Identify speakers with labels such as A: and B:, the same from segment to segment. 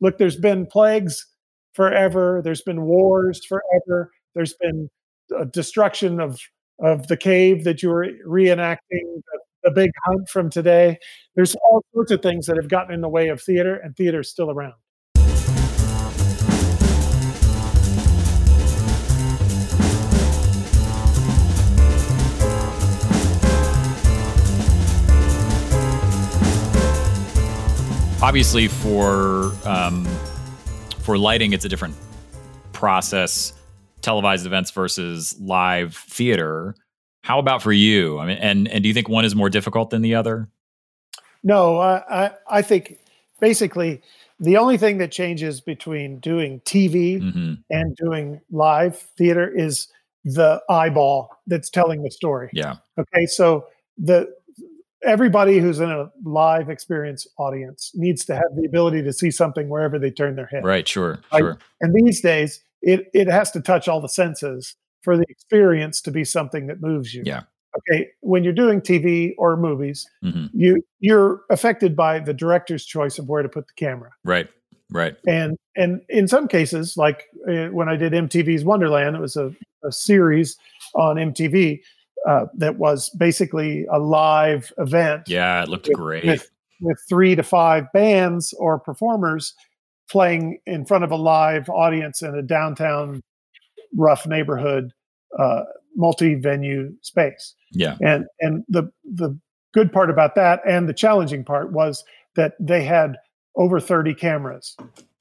A: look, there's been plagues forever, there's been wars forever, there's been uh, destruction of of the cave that you were reenacting, the, the big hunt from today. There's all sorts of things that have gotten in the way of theater, and theater's still around.
B: obviously for um, for lighting it's a different process televised events versus live theater how about for you i mean and and do you think one is more difficult than the other
A: no i i, I think basically the only thing that changes between doing tv
B: mm-hmm.
A: and doing live theater is the eyeball that's telling the story
B: yeah
A: okay so the everybody who's in a live experience audience needs to have the ability to see something wherever they turn their head.
B: right sure
A: Right.
B: sure
A: And these days, it it has to touch all the senses for the experience to be something that moves you.
B: Yeah.
A: Okay. When you're doing TV or movies,
B: hmm
A: you you're affected by the director's choice of where to put the camera.
B: right right
A: And and in some cases, like uh, when I did MTV's Wonderland, it was a, a series on MTV uh, that was basically a live event
B: yeah it looked
A: With-
B: great
A: with- with three to five bands or performers playing in front of a live audience in a downtown rough neighborhood uh, multi-venue space
B: yeah
A: and and the the good part about that and the challenging part was that they had over 30 cameras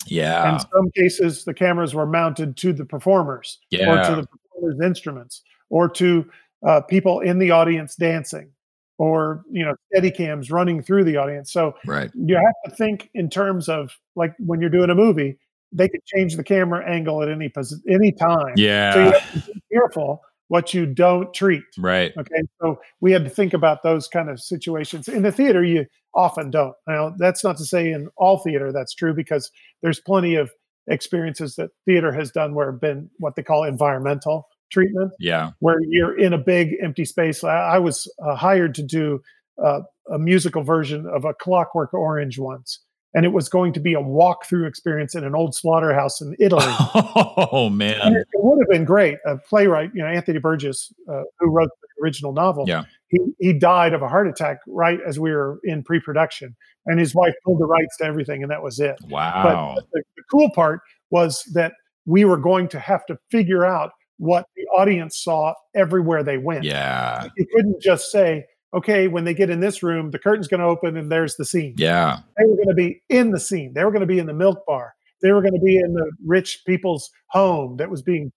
B: yeah
A: in some cases the cameras were mounted to the performers or
B: yeah
A: to the performer's instruments, or to uh, people in the audience dancing, or you know, steady cams running through the audience. So
B: right
A: you have to think in terms of like when you're doing a movie, they could change the camera angle at any pos- any time. So you
B: yeah
A: have to be careful what you don't treat.
B: right
A: Okay, so we had to think about those kind of situations in the theater. You often don't. Now, that's not to say in all theater that's true because there's plenty of experiences that theater has done where have been what they call environmental treatment,
B: yeah
A: where you're in a big empty space. I, I was uh, hired to do uh, a musical version of A Clockwork Orange once, and it was going to be a walkthrough experience in an old slaughterhouse in Italy.
B: oh
A: And
B: man
A: it, it would have been great. A playwright, you know, Anthony Burgess, uh, who wrote the original novel,
B: Yeah.
A: he, he died of a heart attack right as we were in pre production. And his wife pulled the rights to everything, and that was it.
B: wow
A: But the, the cool part was that we were going to have to figure out what the audience saw everywhere they went.
B: yeah
A: You couldn't just say, okay, when they get in this room, the curtain's going to open and there's the scene
B: yeah
A: they were going to be in the scene. They were going to be in the milk bar. They were going to be in the rich people's home that was being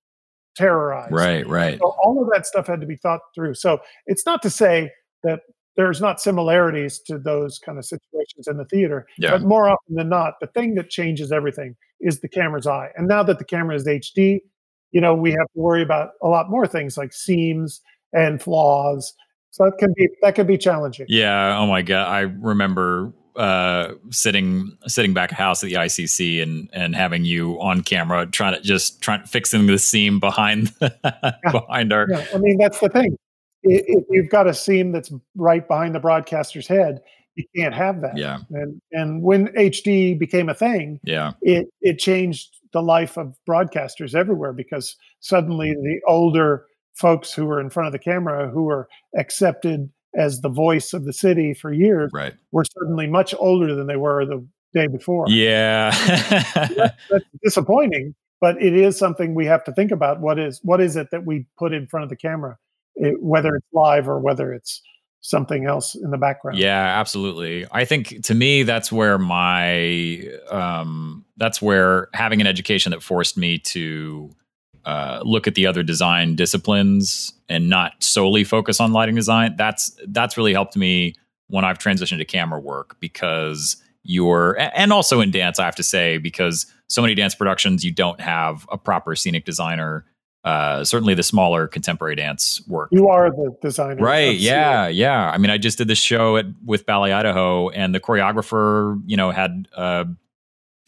A: terrorized.
B: right right
A: So all of that stuff had to be thought through. So it's not to say that there's not similarities to those kind of situations in the theater,
B: yeah
A: but more often than not, the thing that changes everything is the camera's eye. And now that the camera is HD, you know, we have to worry about a lot more things like seams and flaws. So that can be that can be challenging.
B: Yeah. Oh my god. I remember uh, sitting sitting back at house at the ICC and and having you on camera trying to just trying fixing the seam behind behind our
A: Yeah, I mean that's the thing. I- If you've got a seam that's right behind the broadcaster's head, you can't have that.
B: yeah
A: And and when HD became a thing,
B: yeah
A: it it changed the life of broadcasters everywhere because suddenly
B: Mm-hmm.
A: the older folks who were in front of the camera, who were accepted as the voice of the city for years,
B: right
A: were suddenly much older than they were the day before.
B: yeah
A: That's disappointing, but it is something we have to think about. What is what is it that we put in front of the camera, it, whether it's live or whether it's something else in the background?
B: yeah absolutely i think to me that's where my um that's where having an education that forced me to uh, look at the other design disciplines and not solely focus on lighting design that's that's really helped me when i've transitioned to camera work because you're a- and also in dance i have to say because so many dance productions you don't have a proper scenic designer uh, certainly the smaller contemporary dance work
A: you are the designer,
B: right
A: of-
B: yeah yeah i mean i just did this show at with ballet idaho and the choreographer you know had uh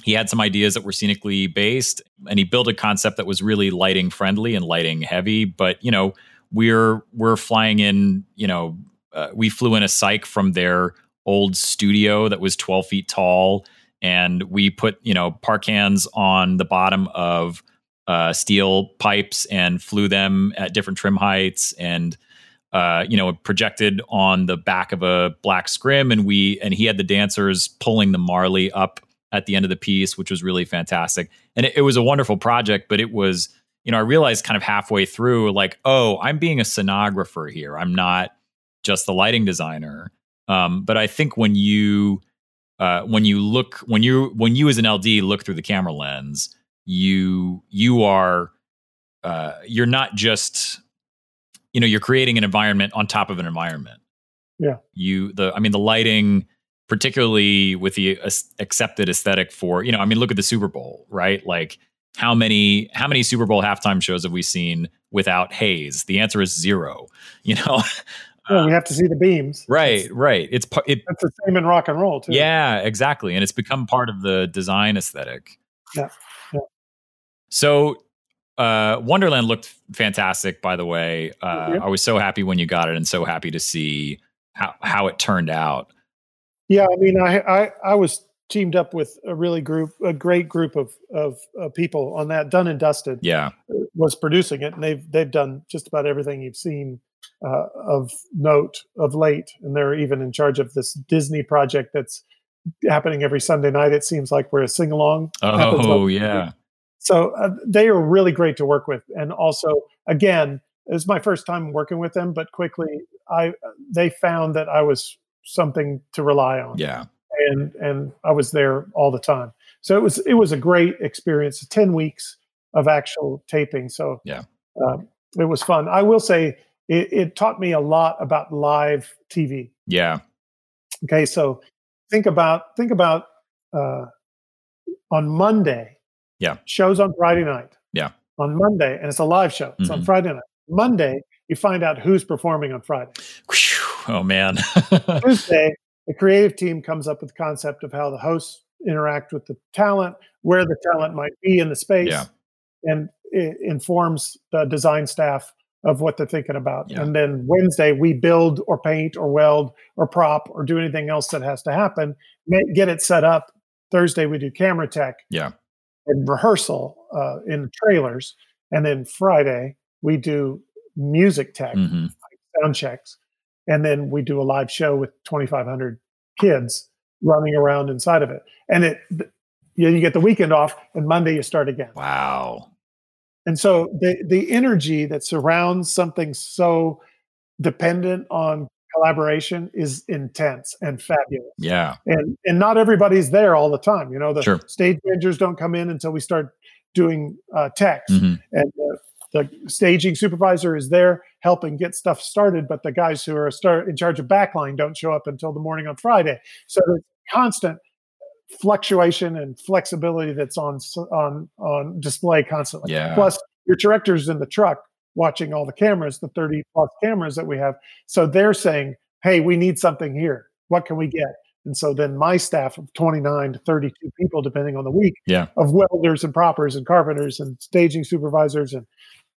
B: he had some ideas that were scenically based and he built a concept that was really lighting friendly and lighting heavy but you know we're we're flying in you know uh, we flew in a psych from their old studio that was 12 feet tall and we put you know park hands on the bottom of uh, steel pipes and flew them at different trim heights and uh, you know projected on the back of a black scrim and we and he had the dancers pulling the marley up at the end of the piece which was really fantastic and it, it was a wonderful project but it was you know i realized kind of halfway through like oh i'm being a sonographer here i'm not just the lighting designer um, but i think when you uh, when you look when you when you as an LD look through the camera lens, you you are uh, you're not just you know you're creating an environment on top of an environment.
A: Yeah.
B: You the I mean the lighting, particularly with the as- accepted aesthetic for you know I mean look at the Super Bowl right like how many how many Super Bowl halftime shows have we seen without haze? The answer is zero. You know.
A: Well, we have to see the beams.
B: Right, right. It's par- it
A: That's the same in rock and roll too.
B: yeah, exactly. And it's become part of the design aesthetic.
A: Yeah, yeah.
B: So uh, Wonderland looked fantastic, by the way. Uh,
A: Yeah.
B: I was so happy when you got it and so happy to see how, how it turned out.
A: Yeah, I mean, I, I I was teamed up with a really group, a great group of of uh, people on that. Done and Dusted
B: Yeah.
A: was producing it, and they've they've done just about everything you've seen uh, of note of late, and they're even in charge of this Disney project that's happening every Sunday night. It seems like we're a sing along. Happens all
B: Oh,
A: the
B: yeah.
A: So uh, they are really great to work with, and also again, it was my first time working with them, but quickly I they found that I was something to rely on
B: Yeah.
A: and and I was there all the time. So it was it was a great experience. Ten weeks of actual taping. So
B: Yeah.
A: um, it was fun. I will say it, it taught me a lot about live TV.
B: Yeah.
A: Okay, so think about think about uh, on Monday.
B: Yeah.
A: Shows on Friday night.
B: Yeah.
A: On Monday, and it's a live show. It's on
B: Mhm.
A: Friday night. Monday, you find out who's performing on Friday.
B: Whew. Oh, man.
A: Tuesday, the creative team comes up with the concept of how the hosts interact with the talent, where the talent might be in the space,
B: Yeah.
A: and it informs the design staff of what they're thinking about.
B: Yeah.
A: And then Wednesday, we build or paint or weld or prop or do anything else that has to happen, ma- get it set up. Thursday, we do camera tech
B: Yeah.
A: and rehearsal uh, in the trailers. And then Friday, we do music tech
B: Mhm.
A: sound checks. And then we do a live show with 2,500 kids running around inside of it. And it, th- you, you get the weekend off, and Monday you start again.
B: Wow.
A: And so the, the energy that surrounds something so dependent on collaboration is intense and fabulous.
B: Yeah.
A: And, and not everybody's there all the time. You know, the
B: Sure.
A: stage managers don't come in until we start doing uh, text
B: Mhm.
A: and the, the staging supervisor is there helping get stuff started but the guys who are start, in charge of backline don't show up until the morning on friday so there's constant fluctuation and flexibility that's on s- on on display constantly
B: Yeah.
A: plus your director's in the truck watching all the cameras the 30 plus cameras that we have so they're saying hey we need something here what can we get and so then my staff of 29 to 32 people depending on the week of welders and proppers and carpenters and staging supervisors and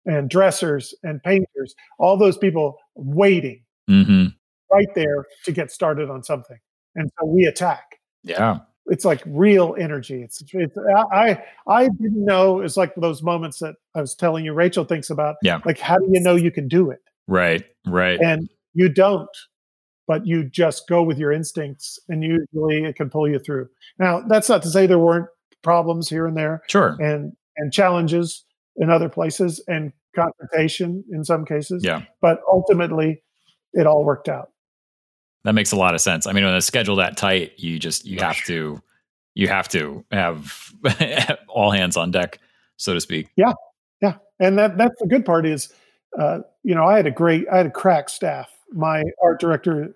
A: and dressers and painters all those people waiting
B: hmm
A: right there to get started on something and so we attack
B: Yeah.
A: it's like real energy it's, it's I, I i didn't know it's like those moments that i was telling you rachel thinks about
B: Yeah.
A: like how do you know you can do it
B: Right. Right.
A: and you don't but you just go with your instincts and usually it can pull you through now that's not to say there weren't problems here and there
B: Sure.
A: and and challenges in other places and confrontation in some cases.
B: Yeah.
A: But ultimately, it all worked out.
B: That makes a lot of sense. I mean, on a schedule that tight, you just you have to you have to have all hands on deck, so to speak.
A: And that that's the good part is, uh, you know, I had a great, I had a crack staff. My art director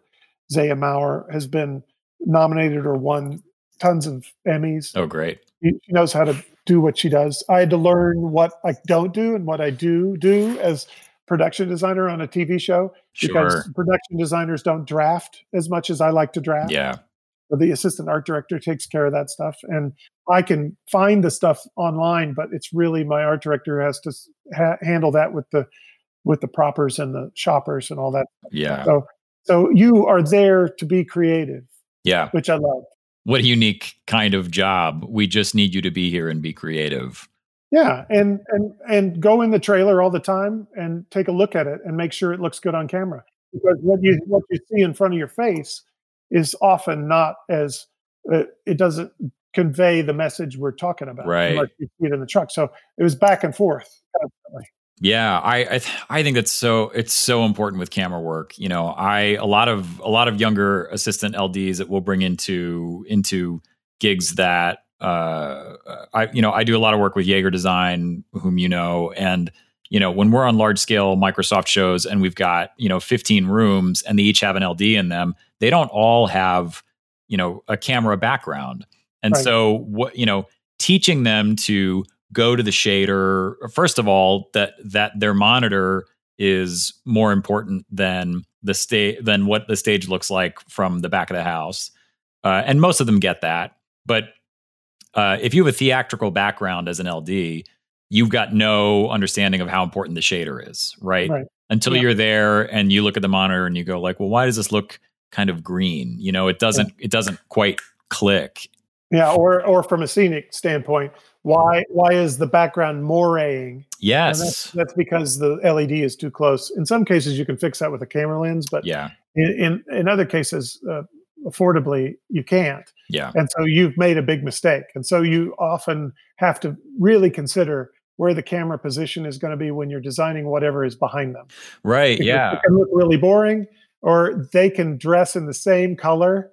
A: Zaya Maurer has been nominated or won tons of Emmys.
B: Oh, great.
A: She she knows how to do what she does. I had to learn what I don't do and what I do do as production designer on a TV show because
B: Sure.
A: production designers don't draft as much as I like to draft.
B: Yeah.
A: So the assistant art director takes care of that stuff and i can find the stuff online but it's really my art director who has to s- ha- handle that with the with the proppers and the shoppers and all that
B: Yeah.
A: so you are there to be creative
B: Yeah.
A: which i love
B: what a unique kind of job. We just need you to be here and be creative.
A: Yeah, and and and go in the trailer all the time and take a look at it and make sure it looks good on camera because what you what you see in front of your face is often not as uh, it doesn't convey the message we're talking about
B: Right.
A: unless you see it in the truck. So it was back and forth. constantly.
B: Yeah, I I, th- I think that's so it's so important with camera work. You know, I a lot of a lot of younger assistant LDs that we'll bring into into gigs that uh I you know, I do a lot of work with Jaeger Design, whom you know, and you know, when we're on large scale Microsoft shows and we've got, you know, 15 rooms and they each have an LD in them, they don't all have, you know, a camera background. And
A: Right.
B: so what, you know, teaching them to go to the shader first of all that that their monitor is more important than the state than what the stage looks like from the back of the house uh, and most of them get that but uh, if you have a theatrical background as an ld you've got no understanding of how important the shader is right,
A: Right.
B: until
A: Yeah.
B: you're there and you look at the monitor and you go like well why does this look kind of green you know it doesn't it doesn't quite click
A: Yeah, or or from a scenic standpoint, why why is the background moraying? And
B: yes
A: that's, that's because the LED is too close. In some cases, you can fix that with a camera lens, but
B: yeah
A: in in, in other cases, uh, affordably, you can't.
B: yeah
A: And so you've made a big mistake. And so you often have to really consider where the camera position is going to be when you're designing whatever is behind them.
B: right
A: Because
B: yeah
A: it can look really boring, or they can dress in the same color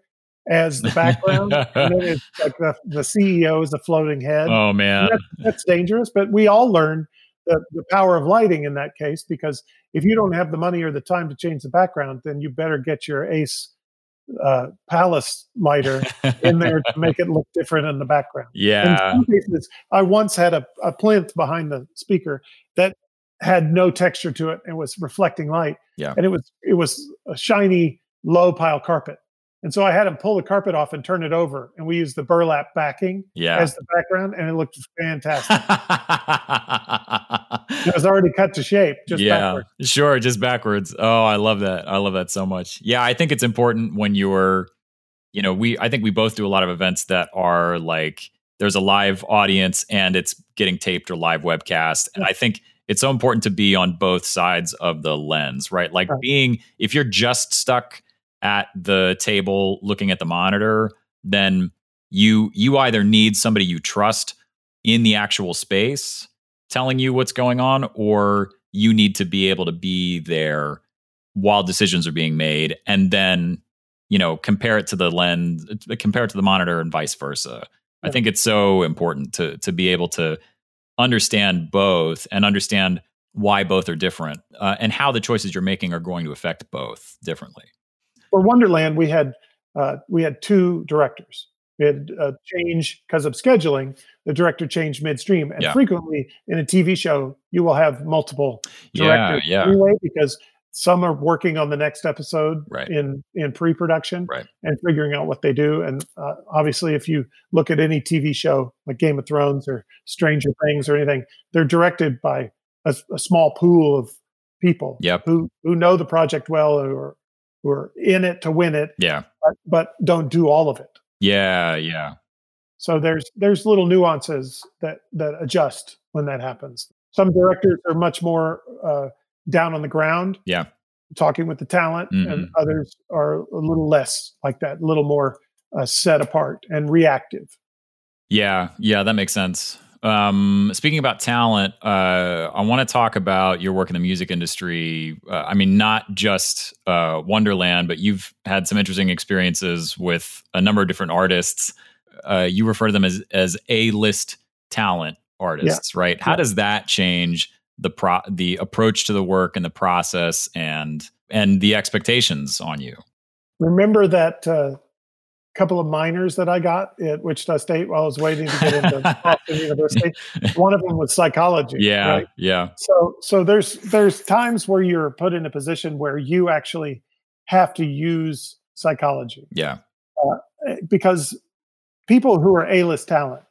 A: as the background. and then it's like the, the CEO is a floating head.
B: Oh man.
A: And that's, that's dangerous, but we all learn the, the power of lighting in that case because if you don't have the money or the time to change the background, then you better get your Ace uh, Palace lighter in there to make it look different in the background. In
B: yeah.
A: some cases, I once had a, a plinth behind the speaker that had no texture to it and was reflecting light.
B: Yeah.
A: And it was it was a shiny low pile carpet. And so I had him pull the carpet off and turn it over. And we used the burlap backing
B: Yeah.
A: as the background and it looked fantastic. it was already cut to shape, just
B: yeah.
A: backwards.
B: Sure, just backwards. Oh, I love that. I love that so much. Yeah, I think it's important when you're you know, we I think we both do a lot of events that are like there's a live audience and it's getting taped or live webcast. And I think it's so important to be on both sides of the lens, right? Like
A: Right.
B: being if you're just stuck at the table looking at the monitor, then you you either need somebody you trust in the actual space telling you what's going on or you need to be able to be there while decisions are being made and then you know compare it to the lens compare it to the monitor and vice versa i
A: Yeah.
B: think it's so important to to be able to understand both and understand why both are different uh, and how the choices you're making are going to affect both differently
A: For Wonderland, we had uh, we had two directors. We had a change because of scheduling. The director changed midstream, and
B: Yeah.
A: frequently in a TV show, you will have multiple directors
B: yeah yeah
A: anyway because some are working on the next episode
B: Right.
A: in in pre-production
B: Right.
A: and figuring out what they do. And uh, obviously, if you look at any TV show like Game of Thrones or Stranger Things or anything, they're directed by a, a small pool of people
B: Yep.
A: who who know the project well or who are in it to win it,
B: yeah
A: but, but don't do all of it.
B: yeah yeah
A: So there's there's little nuances that that adjust when that happens. Some directors are much more uh, down on the ground,
B: Yeah.
A: talking with the talent, and
B: Mhm.
A: others are a little less like that, a little more uh, set apart and reactive.
B: Yeah, yeah, that makes sense. Um, speaking about talent, uh, I want to talk about your work in the music industry. Uh, I mean, not just uh, Wonderland, but you've had some interesting experiences with a number of different artists. Uh, you refer to them as as A list talent artists, right? How
A: Yeah.
B: does that change the pro the approach to the work and the process and and the expectations on you?
A: Remember that uh, couple of minors that I got at Wichita State while I was waiting to get into Boston University. One of them was psychology.
B: Yeah,
A: right?
B: yeah,
A: so so there's there's times where you're put in a position where you actually have to use psychology
B: yeah,
A: eh, because people who are a-list talent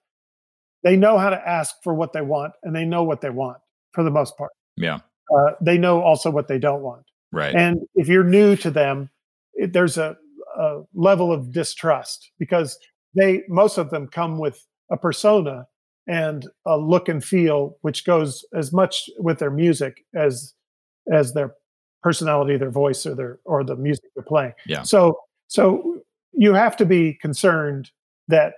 A: they know how to ask for what they want and they know what they want for the most part
B: Yeah.
A: uh, they know also what they don't want
B: right,
A: and if you're new to them, it, there's a, a level of distrust because they most of them come with a persona and a look and feel which goes as much with their music as as their personality their voice or their or the music they're playing
B: Yeah.
A: so so you have to be concerned that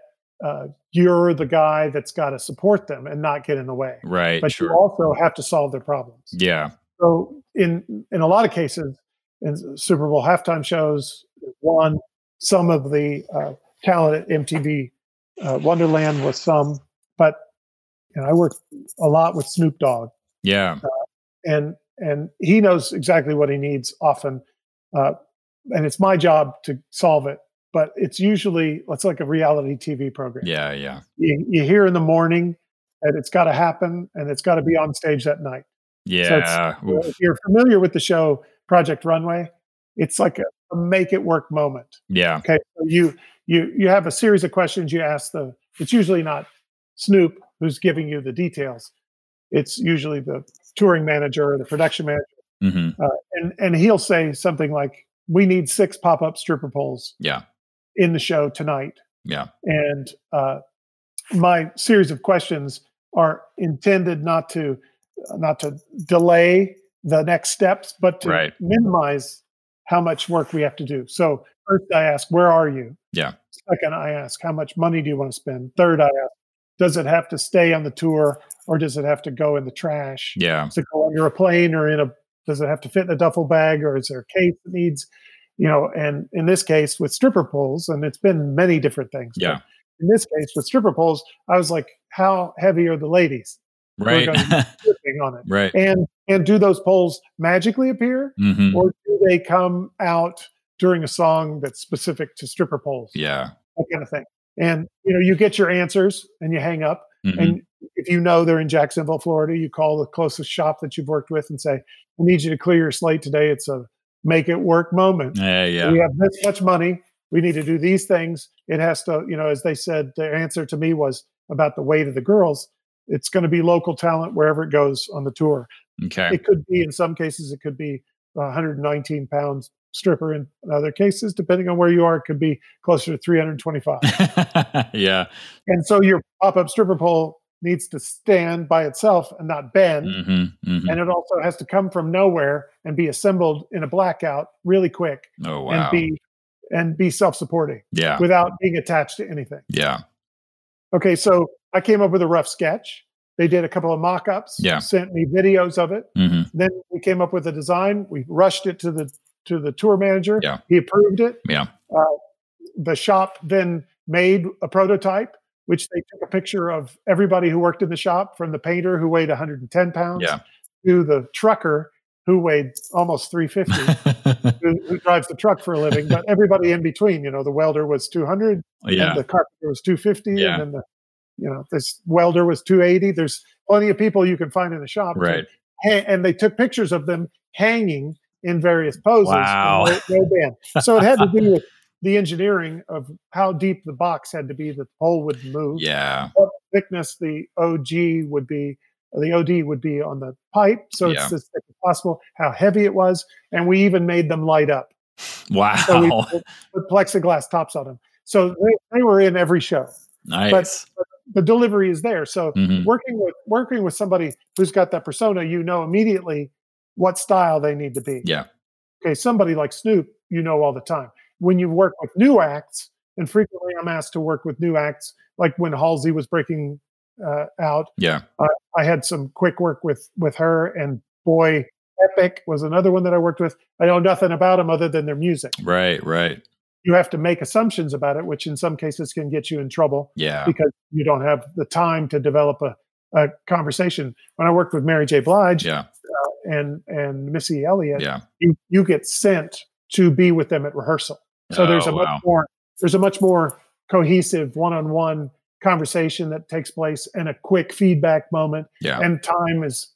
A: uh, you're the guy that's got to support them and not get in the way
B: Right.
A: but you
B: sure.
A: also have to solve their problems
B: Yeah.
A: so in in a lot of cases, in Super Bowl halftime shows, one some of the uh, talent at MTV uh, Wonderland was some, but and I worked a lot with Snoop Dogg,
B: Yeah.
A: and and he knows exactly what he needs often, uh, and it's my job to solve it. But it's usually it's like a reality TV program.
B: Yeah. Yeah.
A: You, you hear in the morning that it's got to happen and it's got to be on stage that night.
B: Yeah.
A: Well,
B: Oof.
A: if you're familiar with the show Project Runway, it's like a, a make it work moment.
B: Yeah.
A: Okay, so you you you have a series of questions you ask the. It's usually not Snoop who's giving you the details. It's usually the touring manager or the production manager,
B: hmm
A: and and he'll say something like, "We need six pop up stripper poles
B: Yeah.
A: in the show tonight."
B: Yeah.
A: and uh, my series of questions are intended not to not to delay the next steps but to
B: Right.
A: minimize how much work we have to do so first i ask where are you
B: Yeah.
A: second i ask how much money do you want to spend third i ask does it have to stay on the tour or does it have to go in the trash
B: Yeah.
A: does it go under a plane or in a does it have to fit in a duffel bag or is there a case that needs you know and in this case with stripper poles and it's been many different things but
B: Yeah.
A: in this case with stripper poles i was like how heavy are the ladies
B: Right.
A: gonna- tripping on it
B: right.
A: and and do those poles magically appear
B: hmm
A: or do they come out during a song that's specific to stripper poles
B: Yeah.
A: that kind of thing and you know you get your answers and you hang up
B: Mhm.
A: and if you know they're in Jacksonville, Florida, you call the closest shop that you've worked with and say, I need you to clear your slate today. It's a make it work moment.
B: yeah. Yeah.
A: We have this much money. We need to do these things. It has to, you know, as they said, their answer to me was about the weight of the girls. It's going to be local talent wherever it goes on the tour.
B: Okay.
A: It could be, in some cases, it could be a 119 pounds stripper. In other cases, depending on where you are, it could be closer to 325.
B: yeah.
A: And so your pop-up stripper pole needs to stand by itself and not bend.
B: hmm hmm
A: And it also has to come from nowhere and be assembled in a blackout really quick
B: Oh
A: and
B: wow.
A: be and be self-supporting
B: Yeah.
A: without being attached to anything.
B: Yeah.
A: Okay, so I came up with a rough sketch. They did a couple of mock-ups,
B: Yeah.
A: sent me videos of it.
B: hmm
A: Then we came up with a design. We rushed it to the to the tour manager.
B: Yeah.
A: He approved it.
B: Yeah.
A: Uh, the shop then made a prototype, which they took a picture of everybody who worked in the shop, from the painter who weighed 110 pounds
B: Yeah.
A: to the trucker who weighed almost 350, who, who drives the truck for a living. But everybody in between, you know, the welder was 200,
B: Oh, yeah.
A: and the carpenter was 250,
B: Yeah.
A: and then the you know this welder was 280. There's plenty of people you can find in the shop, to
B: Right.
A: ha- and they took pictures of them hanging in various poses. and
B: Wow.
A: No, no band. So it had to do with the engineering of how deep the box had to be that the pole would move,
B: Yeah.
A: what thickness the OG would be, the OD would be on the pipe, so
B: Yeah.
A: it's as thick as possible, how heavy it was, and we even made them light up.
B: Wow.
A: So we put, put plexiglass tops on them. So they, they were in every show.
B: nice.
A: The delivery is there. So
B: hmm
A: working with working with somebody who's got that persona, you know immediately what style they need to be.
B: Yeah.
A: Okay, somebody like Snoop, you know all the time. When you work with new acts, and frequently I'm asked to work with new acts, like when Halsey was breaking uh, out,
B: Yeah.
A: I had some quick work with with her, and boy, Epic was another one that I worked with. I know nothing about them other than their music.
B: Right. Right.
A: You have to make assumptions about it, which in some cases can get you in trouble
B: Yeah.
A: because you don't have the time to develop a, a conversation. When I worked with Mary J. Blige uh,
B: Yeah.
A: and and Missy Elliott,
B: Yeah.
A: you, you get sent to be with them at rehearsal. So there's
B: Oh,
A: a much
B: wow.
A: more there's a much more cohesive one-on-one conversation that takes place and a quick feedback moment.
B: Yeah.
A: And time is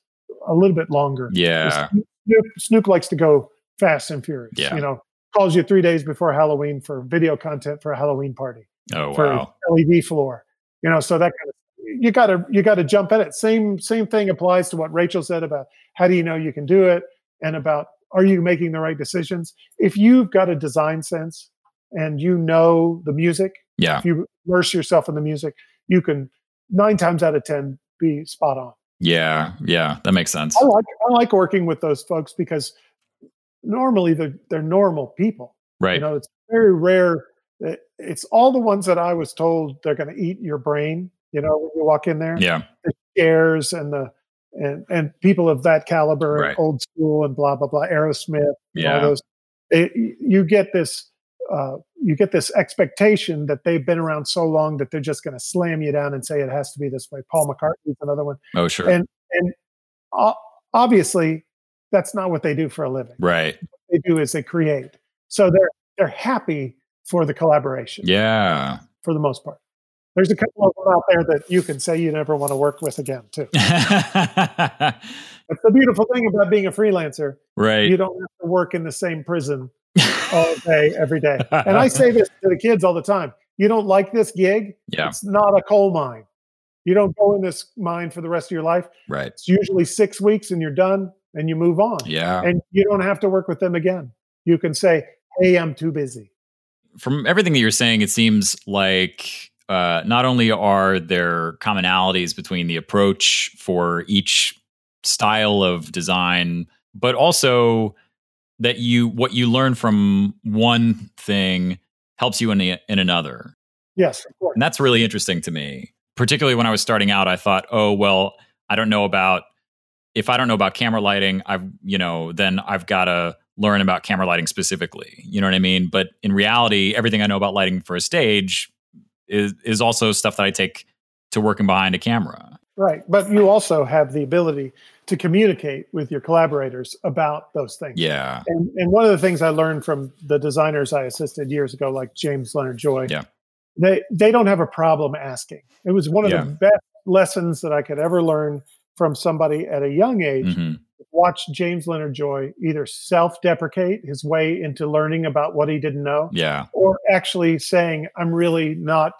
A: a little bit longer.
B: Yeah.
A: Snoop, Snoop likes to go fast and furious.
B: Yeah.
A: You know, calls you three days before Halloween for video content for a Halloween party
B: Oh
A: for
B: wow.
A: LED floor. You know, so that kind of you gotta you gotta jump at it. Same same thing applies to what Rachel said about how do you know you can do it and about are you making the right decisions. If you've got a design sense and you know the music
B: Yeah.
A: If you immerse yourself in the music, you can nine times out of ten be spot on.
B: Yeah. Yeah. That makes sense.
A: I like I like working with those folks because normally they're they're normal people.
B: right.
A: You know, it's very rare. that- It's all the ones that I was told they're going to eat your brain. You know, when you walk in there,
B: yeah.
A: scares and the and and people of that caliber,
B: Right.
A: and old school, and blah blah blah, Aerosmith and all
B: Yeah.
A: those. It, you get this, uh, you get this expectation that they've been around so long that they're just going to slam you down and say it has to be this way. Paul McCartney's another one.
B: Oh, sure.
A: O- obviously, that's not what they do for a living.
B: Right.
A: What they do is they create. So they're they're happy for the collaboration
B: Yeah.
A: for the most part. There's a couple of them out there that you can say you never want to work with again too. That's the beautiful thing about being a freelancer.
B: right.
A: You don't have to work in the same prison all day, every day. And I say this to the kids all the time. You don't like this gig?
B: yeah.
A: It's not a coal mine. You don't go in this mine for the rest of your life.
B: Right.
A: It's usually six weeks and you're done and you move on.
B: Yeah.
A: And you don't have to work with them again. You can say, hey, I'm too busy.
B: from everything that you're saying, it seems like uh, not only are there commonalities between the approach for each style of design, but also that you what you learn from one thing helps you in, the, in another.
A: Yes, of course.
B: And that's really interesting to me. Particularly when I was starting out, I thought, oh, well, I don't know about if I don't know about camera lighting, I've, you know, then I've got to learn about camera lighting specifically. You know what I mean? But in reality, everything I know about lighting for a stage is is also stuff that I take to working behind a camera.
A: Right. But you also have the ability to communicate with your collaborators about those things.
B: Yeah.
A: And, and one of the things I learned from the designers I assisted years ago, like James Leonard Joy,
B: Yeah.
A: they they don't have a problem asking. It was one of
B: Yeah.
A: the best lessons that I could ever learn from somebody at a young age.
B: hmm
A: Watch James Leonard Joy either self-deprecate his way into learning about what he didn't know,
B: Yeah.
A: or actually saying, "I'm really not,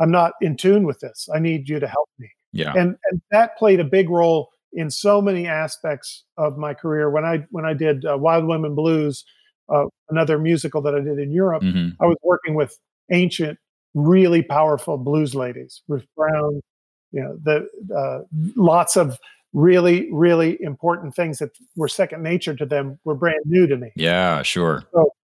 A: I'm not in tune with this. I need you to help me."
B: Yeah.
A: and and that played a big role in so many aspects of my career. When I when I did uh, Wild Women Blues, uh, another musical that I did in Europe,
B: hmm
A: I was working with ancient, really powerful blues ladies, Ruth Brown, you know, the uh, lots of really really important things that were second nature to them were brand new to me.
B: Yeah. Sure.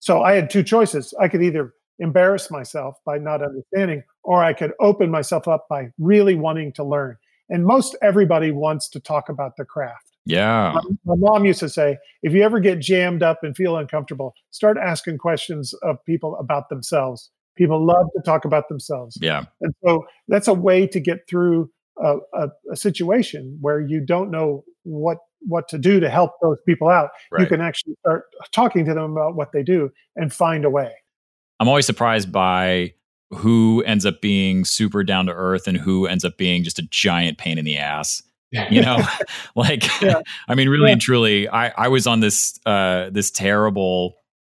A: So I had two choices. I could either embarrass myself by not understanding, or I could open myself up by really wanting to learn. And most everybody wants to talk about their craft.
B: Yeah.
A: My mom used to say, if you ever get jammed up and feel uncomfortable, start asking questions of people about themselves. People love to talk about themselves.
B: Yeah.
A: And so that's a way to get through a, a, a situation where you don't know what what to do to help those people out. You
B: Right.
A: can actually start talking to them about what they do and find a way.
B: I'm always surprised by who ends up being super down to earth and who ends up being just a giant pain in the ass. You know, like
A: Yeah.
B: I mean, really
A: Yeah.
B: and truly, I I was on this uh this terrible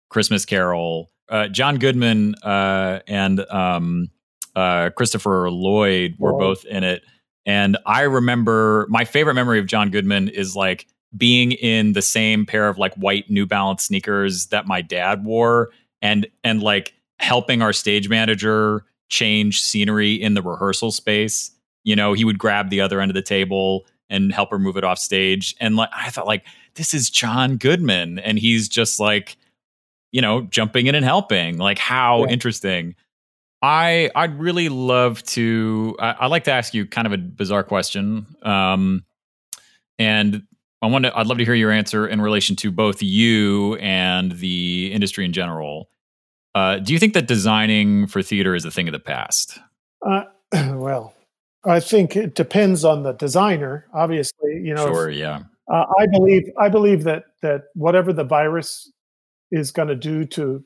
B: Christmas Carol. Uh, John Goodman uh, and um, uh, Christopher Lloyd were
A: Lloyd.
B: both in it, and I remember my favorite memory of John Goodman is like being in the same pair of like white New Balance sneakers that my dad wore, and and like helping our stage manager change scenery in the rehearsal space. You know, he would grab the other end of the table and help her move it off stage. And like I thought, like this is John Goodman, and he's just like, you know, jumping in and helping. Like how
A: Yeah.
B: interesting. I I'd really love to. I, I'd like to ask you kind of a bizarre question, um, and I want to. I'd love to hear your answer in relation to both you and the industry in general. Uh, do you think that designing for theater is a thing of the past?
A: Uh, well, I think it depends on the designer. Obviously, you know, if-
B: sure. Yeah.
A: uh, I believe I believe that that whatever the virus is going to do to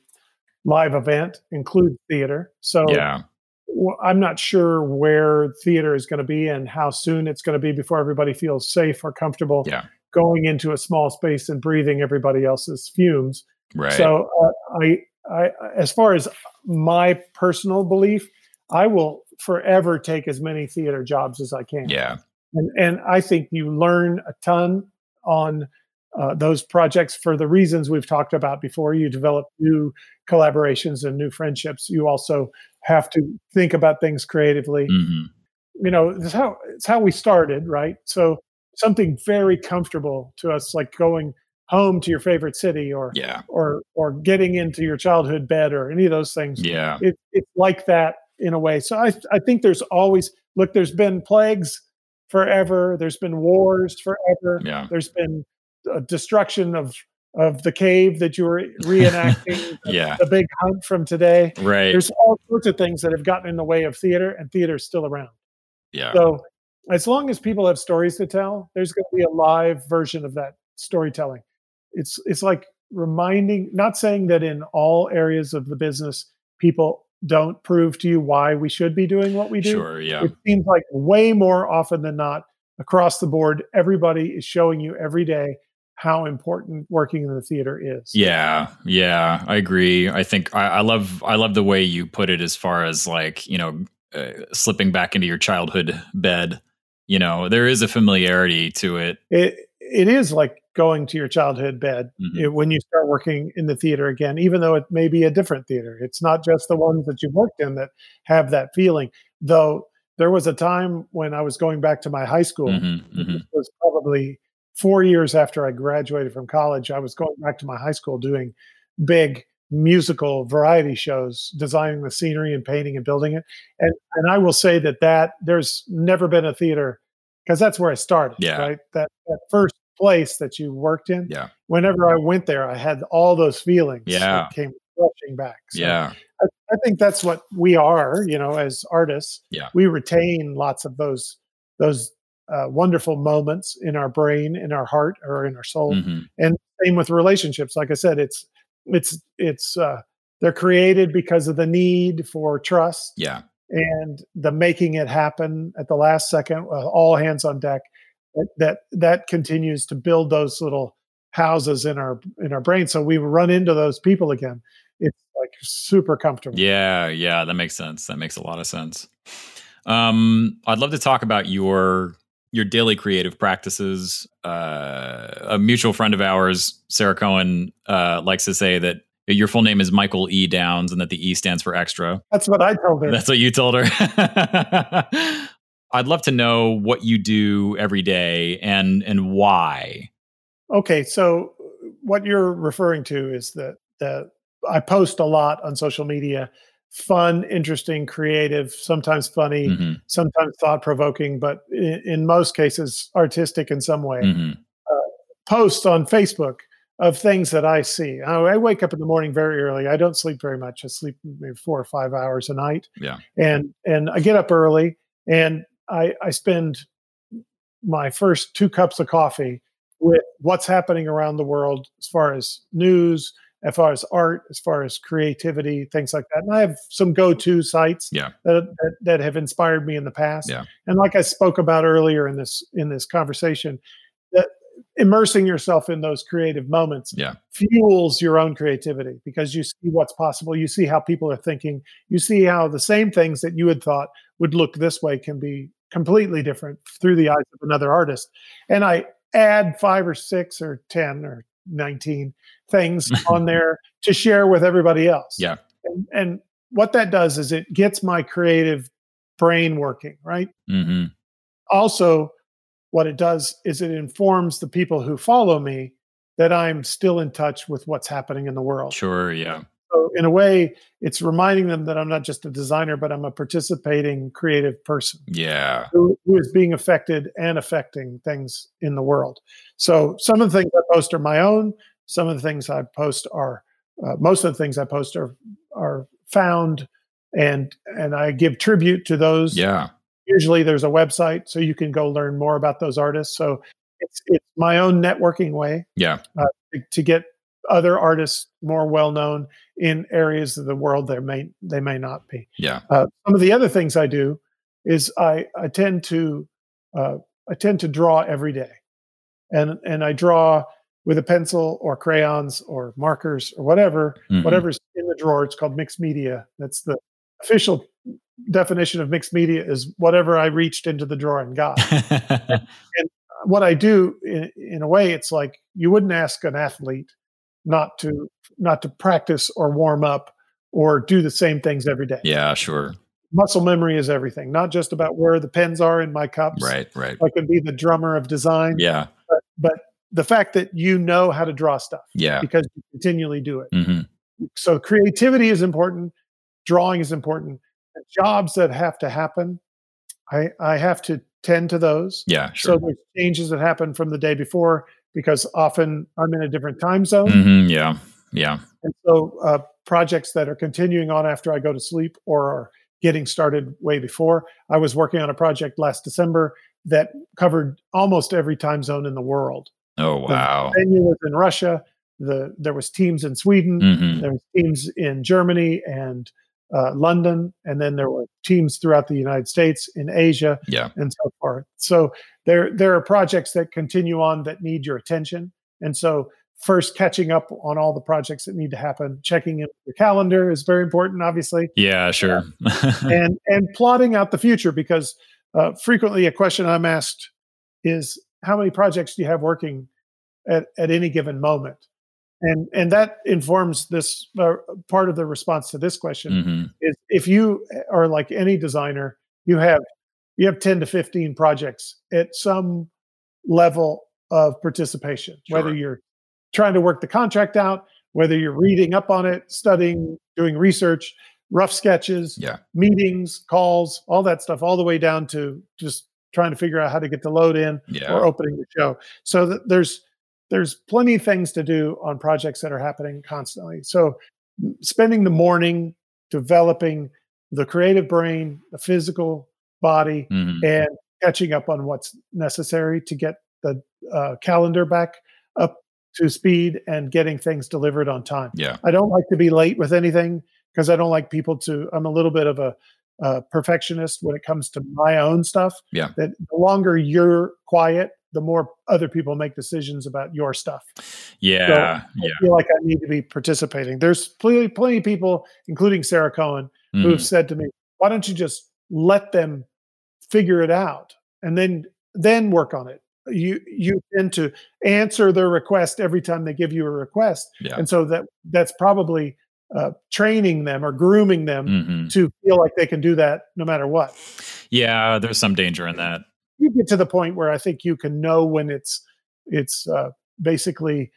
A: live event includes theater. So
B: Yeah.
A: w- I'm not sure where theater is going to be and how soon it's going to be before everybody feels safe or comfortable
B: Yeah.
A: going into a small space and breathing everybody else's fumes.
B: Right.
A: So uh, I, I, as far as my personal belief, I will forever take as many theater jobs as I can
B: yeah.
A: and and I think you learn a ton on uh, those projects for the reasons we've talked about before. You develop new collaborations and new friendships. You also have to think about things creatively.
B: Mm-hmm.
A: You know, it's how it's how we started, right? So something very comfortable to us, like going home to your favorite city, or
B: yeah,
A: or or getting into your childhood bed, or any of those things.
B: Yeah,
A: it, it's like that in a way. So I I think there's always look. There's been plagues forever. There's been wars forever.
B: Yeah.
A: There's been uh, destruction of of the cave that you were reenacting.
B: yeah.
A: The, the big hunt from today.
B: Right.
A: There's all sorts of things that have gotten in the way of theater, and theater's still around.
B: Yeah.
A: So as long as people have stories to tell, there's going to be a live version of that storytelling. It's it's like reminding, not saying that in all areas of the business people don't prove to you why we should be doing what we do.
B: Sure, yeah.
A: It seems like way more often than not, across the board, everybody is showing you every day how important working in the theater is.
B: Yeah, yeah, I agree. I think I, I love I love the way you put it as far as like you know uh, slipping back into your childhood bed. You know, there is a familiarity to it.
A: It it is like going to your childhood bed
B: Mhm.
A: it- when you start working in the theater again, even though it may be a different theater. It's not just the ones that you've worked in that have that feeling. Though there was a time when I was going back to my high school.
B: Mhm, mhm.
A: This was probably four years after I graduated from college. I was going back to my high school doing big musical variety shows, designing the scenery and painting and building it. And and I will say that that there's never been a theater because that's where I started.
B: Yeah.
A: Right. That that first place that you worked in.
B: Yeah.
A: Whenever I went there, I had all those feelings
B: Yeah.
A: that came rushing back. So
B: Yeah,
A: I, I think that's what we are, you know, as artists.
B: Yeah.
A: We retain lots of those those uh, wonderful moments in our brain, in our heart, or in our soul.
B: Mhm.
A: Same with relationships. Like I said, it's it's it's uh, they're created because of the need for trust
B: yeah,
A: and the making it happen at the last second, uh, all hands on deck. That, that that continues to build those little houses in our in our brain. So we run into those people again. It's like super comfortable.
B: yeah, yeah. That makes sense. That makes a lot of sense. Um, I'd love to talk about your your daily creative practices. Uh, a mutual friend of ours, Sarah Cohen, uh, likes to say that your full name is Michael E. Downs, and that the E stands for extra.
A: That's what I told her.
B: That's what you told her. I'd love to know what you do every day and and why.
A: Okay, so what you're referring to is that that I post a lot on social media, fun, interesting, creative, sometimes funny,
B: Mhm,
A: sometimes thought provoking, but in, in most cases artistic in some way.
B: mhm.
A: posts on Facebook of things that I see. I, I wake up in the morning very early. I don't sleep very much. I sleep maybe four or five hours a night.
B: Yeah.
A: And and I get up early and I I spend my first two cups of coffee with what's happening around the world as far as news, as far as art, as far as creativity, things like that. And I have some go-to sites
B: Yeah.
A: that, that that have inspired me in the past.
B: Yeah.
A: And like I spoke about earlier in this in this conversation, that immersing yourself in those creative moments
B: Yeah.
A: fuels your own creativity because you see what's possible, you see how people are thinking, you see how the same things that you had thought would look this way can be completely different through the eyes of another artist. And I add five or six or 10 or 19 things on there to share with everybody else.
B: Yeah.
A: And, and what that does is it gets my creative brain working, right?
B: Mhm.
A: Also, what it does is it informs the people who follow me that I'm still in touch with what's happening in the world.
B: Sure, yeah.
A: So, in a way, it's reminding them that I'm not just a designer, but I'm a participating creative person
B: Yeah.
A: who, who is being affected and affecting things in the world. So some of the things I post are my own. Some of the things I post are uh, most of the things I post are are found and and I give tribute to those.
B: Yeah.
A: Usually there's a website so you can go learn more about those artists. So it's it's my own networking way uh,
B: Yeah.
A: to- to get other artists more well known in areas of the world they may they may not be.
B: Yeah.
A: Uh, some of the other things I do is I I tend to uh, I tend to draw every day, and and I draw with a pencil or crayons or markers or whatever
B: Mhm.
A: whatever's in the drawer. It's called mixed media. That's the official
B: mm-hmm.
A: definition of mixed media is whatever I reached into the drawer and got. what I do in, in a way, it's like you wouldn't ask an athlete not to not to practice or warm up or do the same things every day.
B: Yeah, sure.
A: Muscle memory is everything, not just about where the pens are in my cups.
B: Right, right.
A: I could be the drummer of design.
B: Yeah,
A: But, but the fact that you know how to draw stuff
B: yeah.
A: because you continually do it.
B: hmm
A: So creativity is important, drawing is important. The jobs that have to happen, I, I have to tend to those.
B: Yeah, sure.
A: So there's changes that happen from the day before because often I'm in a different time zone.
B: hmm yeah, yeah,
A: And so uh, projects that are continuing on after I go to sleep or are getting started way before. I was working on a project last December that covered almost every time zone in the world.
B: oh, wow.
A: The venue was in Russia. The there was teams in Sweden.
B: hmm
A: There was teams in Germany and uh, London, and then there were teams throughout the United States, in Asia,
B: Yeah.
A: and so forth. So there there are projects that continue on that need your attention, and so first catching up on all the projects that need to happen, checking in with your calendar is very important, obviously,
B: Yeah, sure.
A: and and plotting out the future because uh, frequently a question I'm asked is how many projects do you have working at, at any given moment, and and that informs this uh, part of the response to this question
B: hmm
A: is if you eh, are like any designer, you have you have 10 to 15 projects at some level of participation, whether
B: Sure.
A: you're trying to work the contract out, whether you're reading up on it, studying, doing research, rough sketches,
B: Yeah.
A: meetings, calls, all that stuff, all the way down to just trying to figure out how to get the load in
B: Yeah.
A: or opening the show. So th- there's there's plenty of things to do on projects that are happening constantly. So m- spending the morning developing the creative brain, the physical body,
B: hmm
A: and catching up on what's necessary to get the uh, calendar back up to speed and getting things delivered on time.
B: Yeah.
A: I don't like to be late with anything because I don't like people to. I'm a little bit of a uh, perfectionist when it comes to my own stuff.
B: Yeah.
A: That the longer you're quiet, the more other people make decisions about your stuff.
B: Yeah.
A: I
B: Yeah.
A: feel like I need to be participating. There's plenty, plenty of people, including Sarah Cohen, who
B: Mhm.
A: have said to me, "Why don't you just let them figure it out and then then work on it?" You you tend to answer their request every time they give you a request,
B: Yeah.
A: and so that that's probably uh, training them or grooming them
B: hmm
A: to feel like they can do that no matter what.
B: Yeah, there's some danger in that.
A: You get to the point where I think you can know when it's it's uh, basically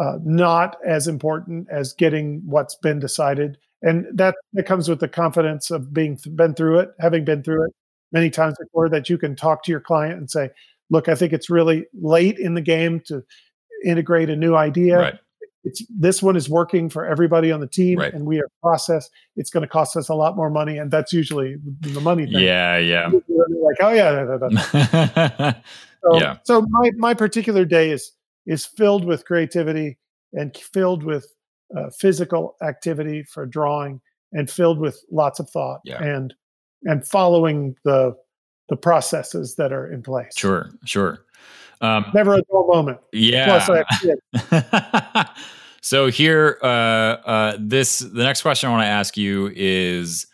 A: uh, not as important as getting what's been decided, and that that comes with the confidence of being th- been through it, having been through it many times before, that you can talk to your client and say, "Look, I think it's really late in the game to integrate a new idea."
B: Right.
A: it's this one is working for everybody on the team
B: Right.
A: and we are processed it's going to cost us a lot more money and that's usually the money thing
B: Yeah, yeah.
A: They're like oh yeah, yeah, yeah, yeah. So,
B: Yeah.
A: so my, my particular day is is filled with creativity and filled with uh, physical activity for drawing and filled with lots of thought
B: Yeah.
A: and and following the the processes that are in place
B: sure, sure. Um,
A: never a dull moment plus I
B: yeah.
A: have kids.
B: so here, uh, uh, this the next question I want to ask you is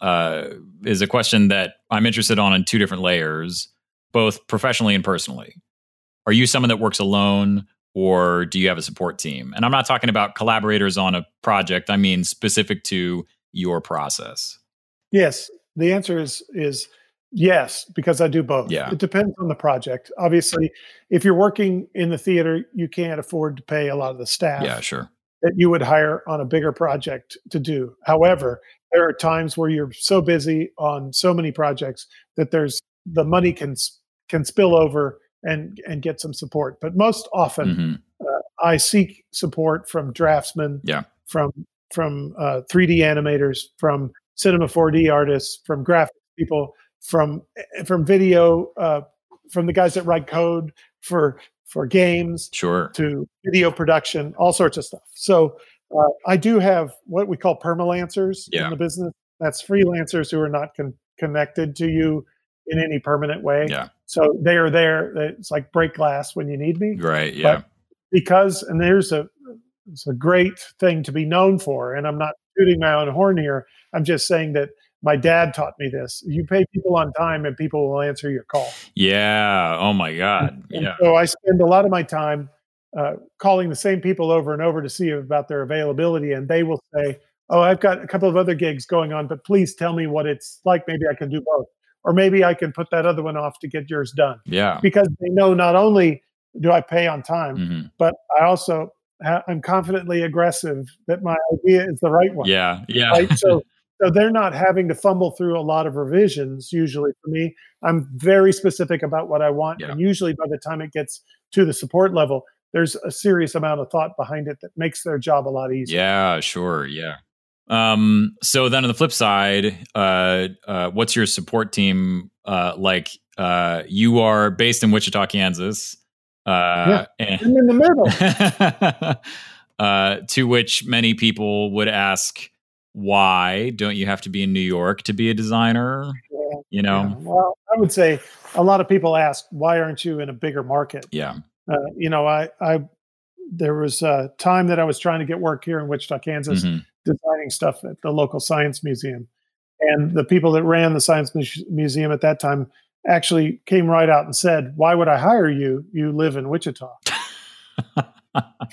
B: uh, is a question that I'm interested on in two different layers, both professionally and personally. Are you someone that works alone? Or do you have a support team? And I'm not talking about collaborators on a project. I mean specific to your process.
A: Yes, the answer is is yes because I do both.
B: Yeah.
A: It depends on the project. Obviously, if you're working in the theater, you can't afford to pay a lot of the staff
B: Yeah, sure.
A: that you would hire on a bigger project to do. However, there are times where you're so busy on so many projects that there's the money can s- can spill over and and get some support. But most often
B: hmm
A: I seek support from draftsmen,
B: Yeah.
A: from from uh, 3D animators, from cinema 4D artists, from graphic people, from eh, from video, uh, from the guys that write code for for games
B: Sure.
A: to video production, all sorts of stuff. So uh, I do have what we call permalancers
B: Yeah.
A: in the business. That's freelancers who are not con- connected to you in any permanent way.
B: Yeah.
A: So they are there. It's like break glass when you need me
B: Right. Yeah.
A: because and there's a it's a great thing to be known for and i'm not shooting my own horn here i'm just saying that my dad taught me this. You pay people on time and people will answer your call.
B: Yeah. Oh my God.
A: And
B: Yeah.
A: So I spend a lot of my time uh, calling the same people over and over to see about their availability, and they will say, "Oh, I've got a couple of other gigs going on, but please tell me what it's like. Maybe I can do both, or maybe I can put that other one off to get yours done."
B: Yeah.
A: Because they know not only do I pay on time,
B: hmm
A: but I also ha- I'm confidently aggressive that my idea is the right one
B: Yeah. Yeah.
A: right? So, so they're not having to fumble through a lot of revisions usually for me. I'm very specific about what I want.
B: Yeah.
A: And usually by the time it gets to the support level, there's a serious amount of thought behind it that makes their job a lot easier.
B: Yeah, sure. Yeah. Um, so then on the flip side, uh, uh, what's your support team uh, like? Uh, you are based in Wichita, Kansas. Uh,
A: I'm in the middle.
B: and- uh, to which many people would ask, why don't you have to be in New York to be a designer?
A: Yeah,
B: You know?
A: yeah. Well, I would say a lot of people ask, why aren't you in a bigger market?
B: Yeah.
A: Uh, you know, I, I, there was a time that I was trying to get work here in Wichita, Kansas,
B: Mhm.
A: designing stuff at the local science museum. And the people that ran the science mu- museum at that time actually came right out and said, "Why would I hire you? You live in Wichita."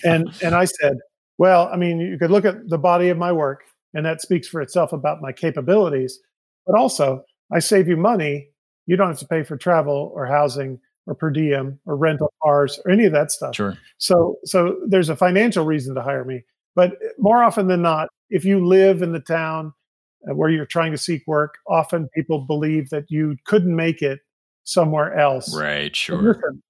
A: and and I said, "Well, I mean, you could look at the body of my work, and that speaks for itself about my capabilities, but also I save you money. You don't have to pay for travel or housing or per diem or rental cars or any of that stuff."
B: Sure.
A: So so there's a financial reason to hire me, but more often than not, if you live in the town uh, where you're trying to seek work, often people believe that you couldn't make it somewhere else.
B: Right.
A: But
B: Sure.
A: Listen,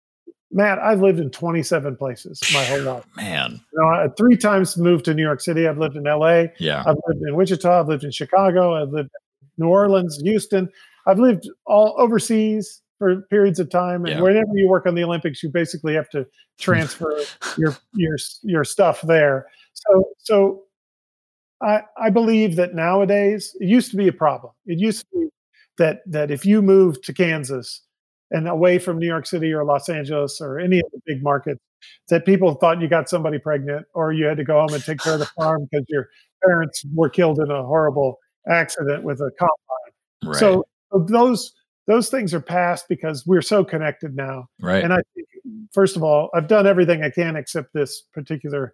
A: Matt, I've lived in 27 places my whole life.
B: Man.
A: You know, I three times moved to New York City. I've lived in LA.
B: Yeah.
A: I've lived in Wichita. I've lived in Chicago. I've lived in New Orleans, Houston. I've lived all overseas for periods of time. And
B: Yeah.
A: whenever you work on the Olympics, you basically have to transfer your your your stuff there. So so I I believe that nowadays it used to be a problem. It used to be that that if you moved to Kansas and away from New York City or Los Angeles or any of the big markets, that people thought you got somebody pregnant or you had to go home and take care of the farm because your parents were killed in a horrible accident with a cop.
B: Right.
A: So those those things are past because we're so connected now
B: right.
A: and I think, first of all, I've done everything I can except this particular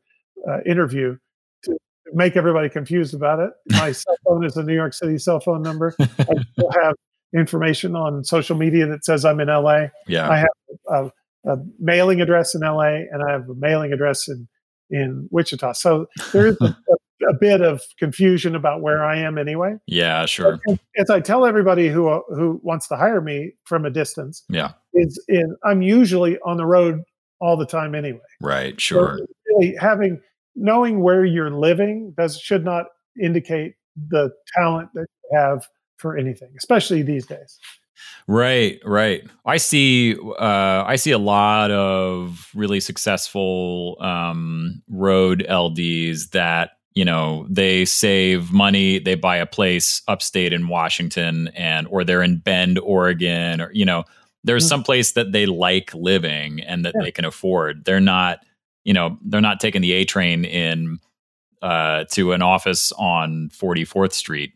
A: uh, interview to make everybody confused about it. My cell phone is a New York City cell phone number. I still have information on social media that says I'm in LA.
B: Yeah.
A: I have a, a mailing address in LA, and I have a mailing address in in Wichita. So there is a, a bit of confusion about where I am anyway.
B: Yeah. Sure.
A: As- As I tell everybody who uh, who wants to hire me from a distance,
B: Yeah.
A: is is I'm usually on the road all the time anyway.
B: Right.
A: So
B: Sure.
A: really having knowing where you're living does should not indicate the talent that you have for anything, especially these days.
B: Right, right. I see. Uh, I see a lot of really successful um, road LDs that you know they save money. They buy a place upstate in Washington, and or they're in Bend, Oregon, or you know, there's
A: Mhm.
B: some place that they like living and that
A: Yeah.
B: they can afford. They're not, you know, they're not taking the A train in uh, to an office on 44th Street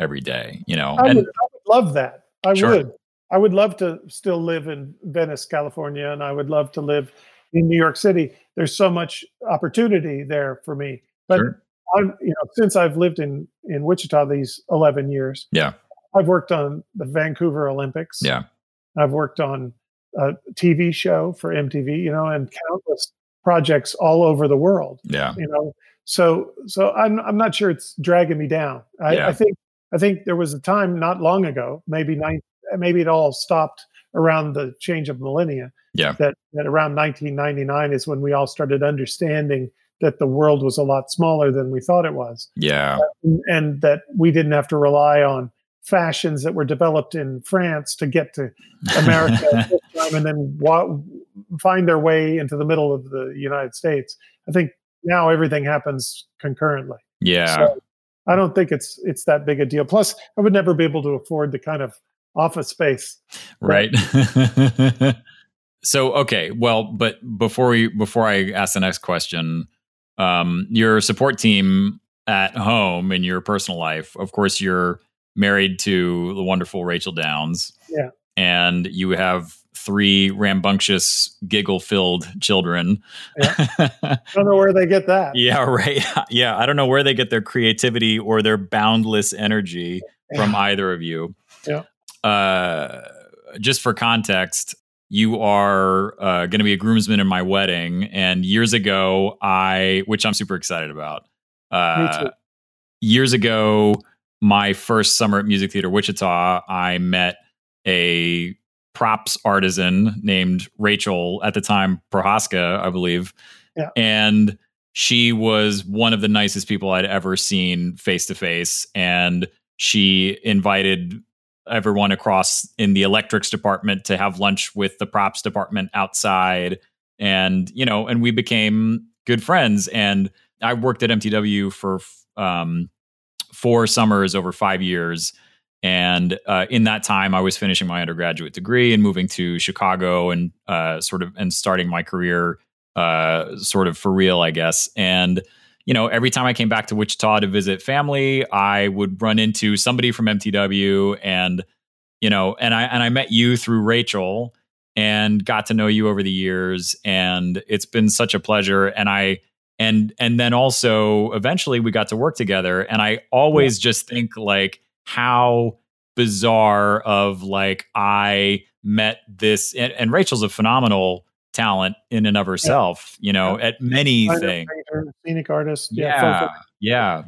B: every day. You know,
A: I
B: Oh, and
A: would, I would love that. I
B: Sure.
A: would. I would love to still live in Venice, California, and I would love to live in New York City. There's so much opportunity there for me. But
B: Sure.
A: I'm, you know, since I've lived in in Wichita these 11 years,
B: Yeah.
A: I've worked on the Vancouver Olympics.
B: Yeah.
A: I've worked on a TV show for MTV, you know, and countless projects all over the world
B: yeah,
A: you know so so i'm i'm not sure it's dragging me down i,
B: Yeah.
A: I think i think there was a time not long ago maybe nine maybe it all stopped around the change of millennia
B: Yeah.
A: that that around 1999 is when we all started understanding that the world was a lot smaller than we thought it was
B: yeah.
A: and, and that we didn't have to rely on fashions that were developed in france to get to America at this time and then wa- find their way into the middle of the United States. I think now everything happens concurrently.
B: yeah.
A: So I don't think it's it's that big a deal. Plus, I would never be able to afford the kind of office space.
B: right. so okay, well, but before we before I ask the next question, um, your support team at home in your personal life, of course, you're married to the wonderful Rachel Downs.
A: Yeah.
B: And you have three rambunctious, giggle filled children. Yeah.
A: I don't know where they get that.
B: yeah, right. Yeah. I don't know where they get their creativity or their boundless energy from either of you.
A: Yeah.
B: Uh, just for context, you are uh, going to be a groomsman in my wedding. And years ago, I, which I'm super excited about, uh, years ago, my first summer at Music Theater Wichita, I met a props artisan named Rachel, at the time, Prohaska, I believe.
A: Yeah.
B: And she was one of the nicest people I'd ever seen face to face. And she invited everyone across in the electrics department to have lunch with the props department outside and you know and we became good friends and i worked at mtw for um four summers over five years and uh, in that time i was finishing my undergraduate degree and moving to chicago and uh, sort of and starting my career uh, sort of for real i guess and you know, every time I came back to Wichita to visit family, I would run into somebody from MTW and you know, and I and I met you through Rachel and got to know you over the years and it's been such a pleasure and I and and then also eventually we got to work together and I always just think like how bizarre of like I met this and, and Rachel's a phenomenal talent in and of herself, you know, at many
A: Designer,
B: things.
A: painter, Scenic artist.
B: Yeah.
A: folk-
B: Yeah.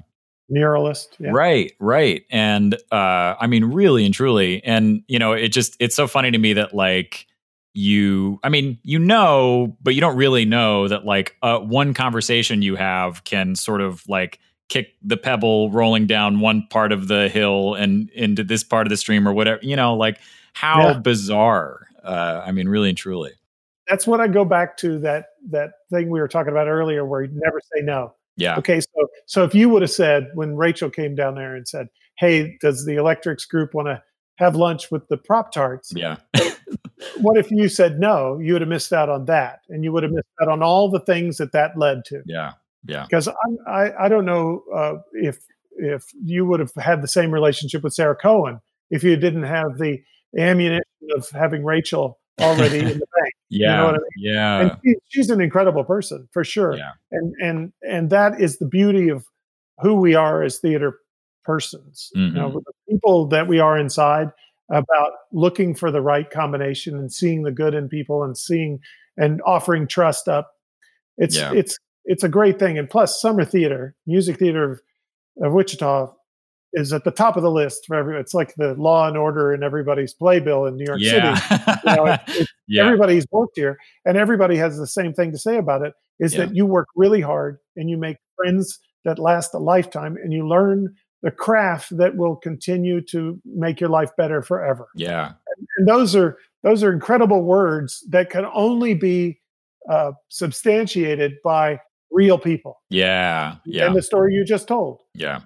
A: Muralist. Yeah.
B: Right. Right. And uh, I mean, really and truly. And, you know, it just, it's so funny to me that, like, you, I mean, you know, but you don't really know that, like, uh, one conversation you have can sort of, like, kick the pebble rolling down one part of the hill and into this part of the stream or whatever, you know, like, how
A: Yeah.
B: bizarre. Uh, I mean, really and truly.
A: That's what I go back to that that thing we were talking about earlier where you never say no.
B: Yeah.
A: Okay, so so if you would have said when Rachel came down there and said, Hey, does the electrics group want to have lunch with the prop tarts?
B: Yeah.
A: What if you said no? You would have missed out on that. And you would have missed out on all the things that that led to.
B: Yeah. Yeah.
A: because I, I don't know uh, if if you would have had the same relationship with Sarah Cohen if you didn't have the ammunition of having Rachel already in the bank.
B: Yeah.
A: know what I mean?
B: Yeah.
A: And she, she's an incredible person for sure.
B: Yeah.
A: And and and that is the beauty of who we are as theater persons. You know,
B: Mhm.
A: with the people that we are inside about looking for the right combination and seeing the good in people and seeing and offering trust up. It's
B: Yeah.
A: it's it's a great thing. And plus summer theater, music theater of, of Wichita is at the top of the list for everyone. It's like the law and order in everybody's playbill in New York
B: yeah.
A: City. You know, it's- it's
B: yeah.
A: everybody's worked here and everybody has the same thing to say about it is that you work really hard and you make friends that last a lifetime and you learn the craft that will continue to make your life better forever
B: yeah.
A: and those are those are incredible words that can only be uh, substantiated by real people
B: Yeah. Yeah.
A: and the story you just told
B: Yeah.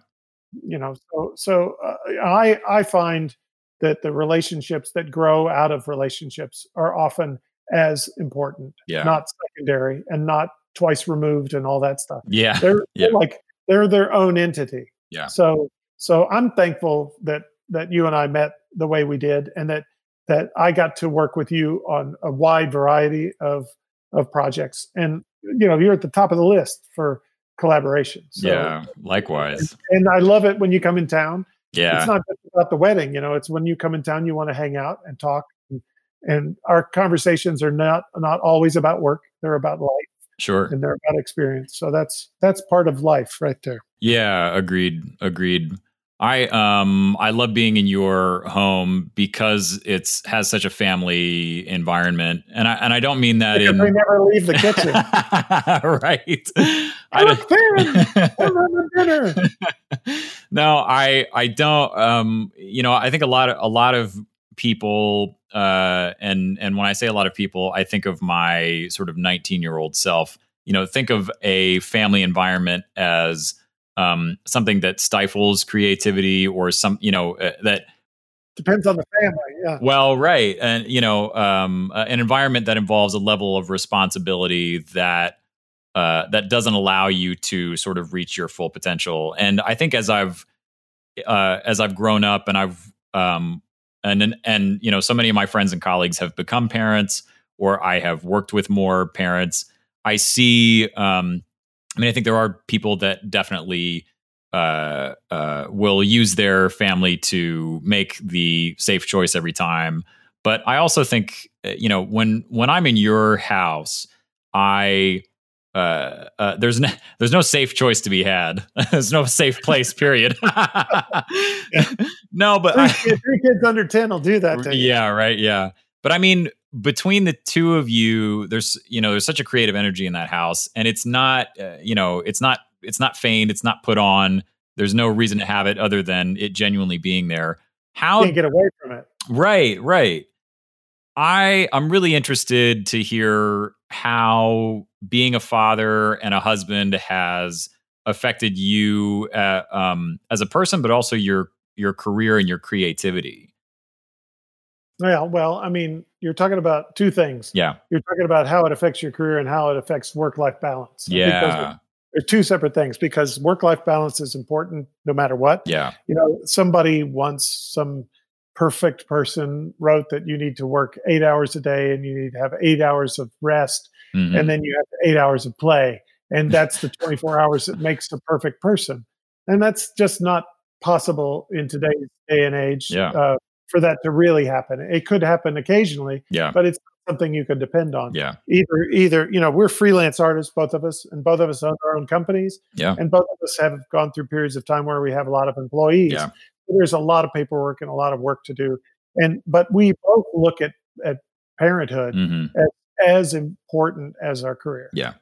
A: you know so so uh, i i find that the relationships that grow out of relationships are often as important
B: Yeah.
A: not secondary and not twice removed and all that stuff
B: yeah.
A: they're, they're
B: Yeah.
A: like they're their own entity
B: Yeah.
A: so so i'm thankful that that you and i met the way we did and that that i got to work with you on a wide variety of of projects and you know you're at the top of the list for collaboration so
B: yeah. Likewise.
A: and i love it when you come in town it's
B: Yeah.
A: not just about the wedding you know it's when you come in town you want to hang out and talk and, and our conversations are not not always about work they're about life
B: Sure.
A: and they're about experience so that's that's part of life right there
B: Yeah, agreed. Agreed. I um I love being in your home because it's has such a family environment. And I and I don't mean that
A: because
B: in
A: they never leave the kitchen
B: right. I
A: I
B: don't,
A: look thin. I'm having dinner.
B: no, I I don't. Um, you know, I think a lot of a lot of people, uh, and and when I say a lot of people, I think of my sort of 19 year old self. You know, think of a family environment as um, something that stifles creativity or some, you know, uh, that
A: Depends on the family. Yeah.
B: well, right, and you know, um, uh, an environment that involves a level of responsibility that uh, that doesn't allow you to sort of reach your full potential. And I think as I've uh, as I've grown up and I've um, and, and and you know so many of my friends and colleagues have become parents or I have worked with more parents. I see. Um, I mean, I think there are people that definitely uh, uh, will use their family to make the safe choice every time. But I also think uh, you know when when I'm in your house, I uh, uh, there's no there's no safe choice to be had. there's no safe place. Period. no, but
A: Three,
B: I,
A: kids, three kids under ten will do that. To you.
B: yeah, right, yeah. But I mean, between the two of you, there's you know there's such a creative energy in that house, and it's not uh, you know it's not it's not feigned, it's not put on. There's no reason to have it other than it genuinely being there. How
A: can't get away from it.
B: Right, right. I I'm really interested to hear how being a father and a husband has affected you uh, um, as a person, but also your your career and your creativity.
A: Yeah, well, I mean, you're talking about two things.
B: Yeah,
A: You're talking about how it affects your career and how it affects work-life balance. Because
B: yeah,
A: they're two separate things because work-life balance is important no matter what.
B: yeah,
A: You know, somebody once some perfect person wrote that you need to work eight hours a day and you need to have eight hours of rest
B: mhm,
A: and then you have eight hours of play and that's the 24 hours that makes the perfect person and that's just not possible in today's day and age
B: Yeah.
A: uh, for that to really happen it could happen occasionally
B: yeah,
A: but it's not something you can depend on
B: yeah,
A: either either you know we're freelance artists both of us and both of us own our own companies
B: Yeah.
A: and both of us have gone through periods of time where we have a lot of employees
B: Yeah.
A: there's a lot of paperwork and a lot of work to do and but we both look at at parenthood
B: mhm,
A: as important as our career.
B: Yeah.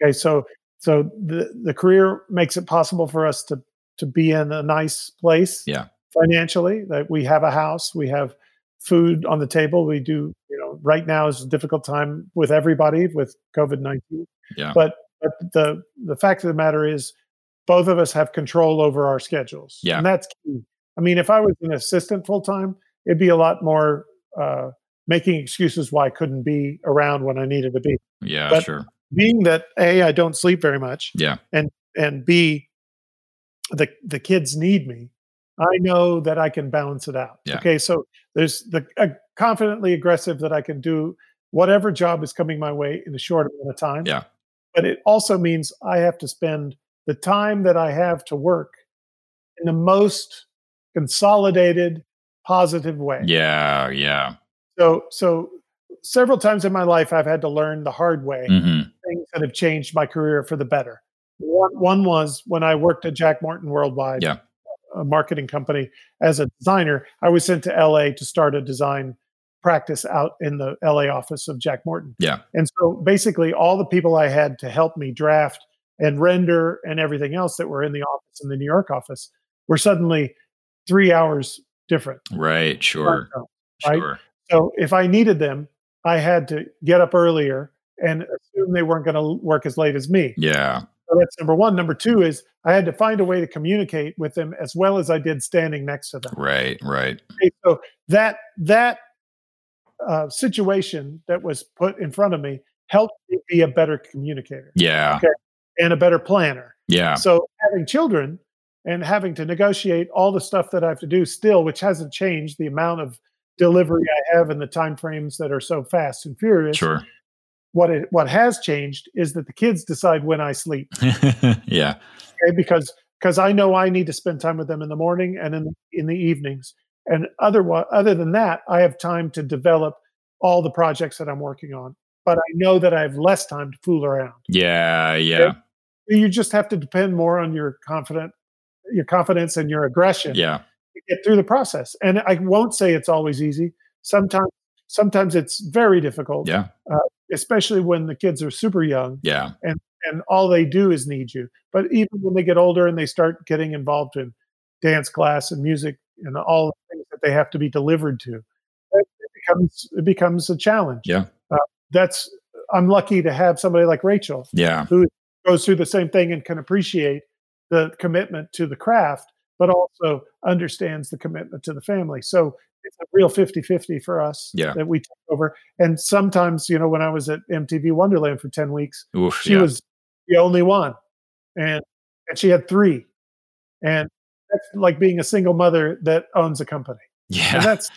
A: Okay. So so the the career makes it possible for us to to be in a nice place.
B: Yeah.
A: Financially, that we have a house, we have food on the table. We do, you know, right now is a difficult time with everybody with COVID nineteen.
B: Yeah.
A: But but the the fact of the matter is, both of us have control over our schedules.
B: Yeah.
A: And that's key. I mean, if I was an assistant full time, it'd be a lot more. Uh, making excuses why I couldn't be around when I needed to be.
B: yeah,
A: but-
B: sure,
A: Being that A, I don't sleep very much.
B: Yeah.
A: And and B, the the kids need me. I know that I can balance it out.
B: Yeah.
A: Okay. So there's the uh, confidently aggressive that I can do whatever job is coming my way in a short amount of time.
B: Yeah.
A: But it also means I have to spend the time that I have to work in the most consolidated, positive way.
B: yeah, yeah,
A: So, so several times in my life, I've had to learn the hard way
B: hmm
A: things that have changed my career for the better. One, one was when I worked at Jack Morton Worldwide,
B: Yeah.
A: a marketing company, as a designer. I was sent to LA to start a design practice out in the LA office of Jack Morton.
B: Yeah.
A: And so basically, all the people I had to help me draft and render and everything else that were in the office in the New York office were suddenly three hours different.
B: right, sure,
A: Right.
B: sure,
A: So if I needed them, I had to get up earlier and assume they weren't going to work as late as me.
B: yeah,
A: So that's number one. Number two is I had to find a way to communicate with them as well as I did standing next to them.
B: right, right,
A: Okay, so that that uh, situation that was put in front of me helped me be a better communicator
B: yeah,
A: and a better planner.
B: yeah,
A: So having children and having to negotiate all the stuff that I have to do still, which hasn't changed the amount of delivery I have and the time frames that are so fast and furious.
B: sure,
A: What it, what has changed is that the kids decide when I sleep,
B: yeah,
A: okay? Because because I know I need to spend time with them in the morning and in in the evenings. And otherwise, other than that, I have time to develop all the projects that I'm working on. But I know that I have less time to fool around.
B: yeah, yeah,
A: You just have to depend more on your confident, your confidence and your aggression.
B: yeah,
A: to get through the process. And I won't say it's always easy. Sometimes, sometimes it's very difficult.
B: Yeah.
A: Uh, especially when the kids are super young
B: yeah,
A: and all they do is need you. But even when they get older and they start getting involved in dance class and music and all the things that they have to be delivered to, it becomes it becomes a challenge.
B: Yeah.
A: Uh, that's I'm lucky to have somebody like Rachel
B: yeah.
A: goes through the same thing and can appreciate the commitment to the craft, but also understands the commitment to the family. So it's a real 50 50 for us
B: Yeah.
A: that we take over. And sometimes, you know, when I was at MTV Wonderland for 10 weeks,
B: Oof,
A: she
B: yeah.
A: was the only one and, and she had three. And that's like being a single mother that owns a company. And
B: Yeah.
A: that's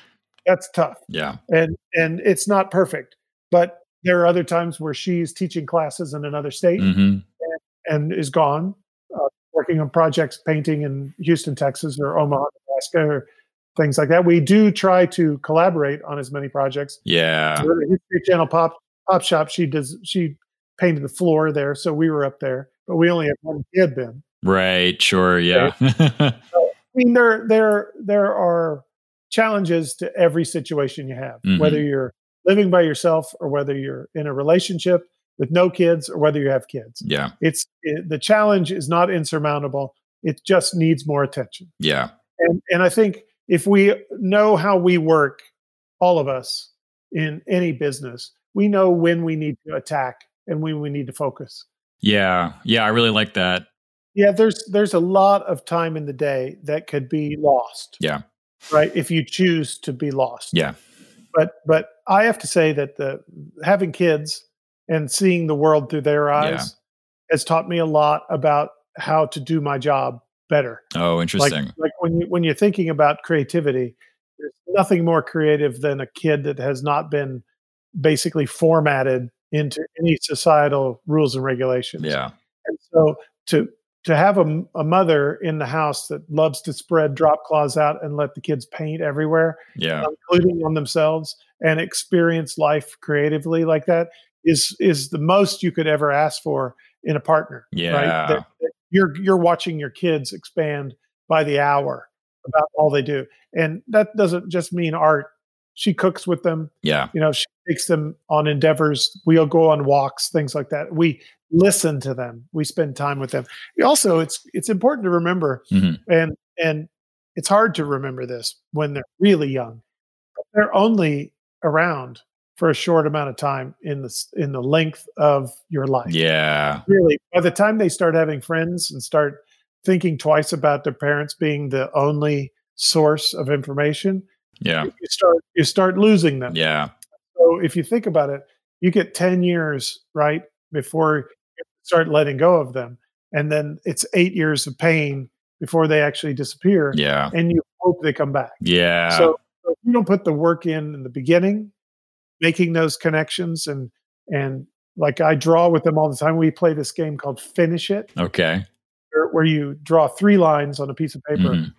A: that's tough.
B: Yeah.
A: And and it's not perfect. But there are other times where she's teaching classes in another state
B: hmm
A: and is gone, uh, working on projects, painting in Houston, Texas, or Omaha, Nebraska, or things like that. We do try to collaborate on as many projects.
B: Yeah.
A: We're at the History Channel pop pop shop. She does. She painted the floor there, so we were up there, but we only had one kid then.
B: Right. Sure. Yeah.
A: I mean, there there there are challenges to every situation you have,
B: Mhm.
A: whether you're living by yourself or whether you're in a relationship with no kids or whether you have kids.
B: yeah.
A: It's it, the challenge is not insurmountable. It just needs more attention.
B: Yeah.
A: And and I think if we know how we work, all of us in any business, we know when we need to attack and when we need to focus.
B: Yeah. Yeah. I really like that.
A: Yeah, there's there's a lot of time in the day that could be lost.
B: Yeah.
A: Right. If you choose to be lost.
B: Yeah.
A: But but I have to say that the having kids and seeing the world through their eyes has taught me a lot about how to do my job better.
B: Oh,
A: Like
B: interesting.
A: like when you when you're thinking about creativity, there's nothing more creative than a kid that has not been basically formatted into any societal rules and regulations.
B: yeah.
A: And so to to have a, m- a mother in the house that loves to spread drop cloths out and let the kids paint everywhere,
B: Yeah.
A: including on themselves, and experience life creatively like that is is the most you could ever ask for in a partner.
B: Yeah.
A: That, that you're you're watching your kids expand by the hour about all they do, and that doesn't just mean art. She cooks with them
B: Yeah.
A: you know she takes them on endeavors we'll go on walks things like that we listen to them we spend time with them also it's it's important to remember
B: Mhm.
A: and and it's hard to remember this when they're really young but they're only around for a short amount of time in the s- in the length of your life
B: Yeah.
A: really by the time they start having friends and start thinking twice about their parents being the only source of information
B: Yeah.
A: you start you start losing them
B: Yeah.
A: so if you think about it, you get 10 years, right, before you start letting go of them. And then it's eight years of pain before they actually disappear.
B: Yeah.
A: And you hope they come back.
B: Yeah.
A: So, so if you don't put the work in in the beginning, making those connections and, and, like I draw with them all the time. We play this game called Finish It,
B: okay.
A: where, where you draw three lines on a piece of paper.
B: Mhm.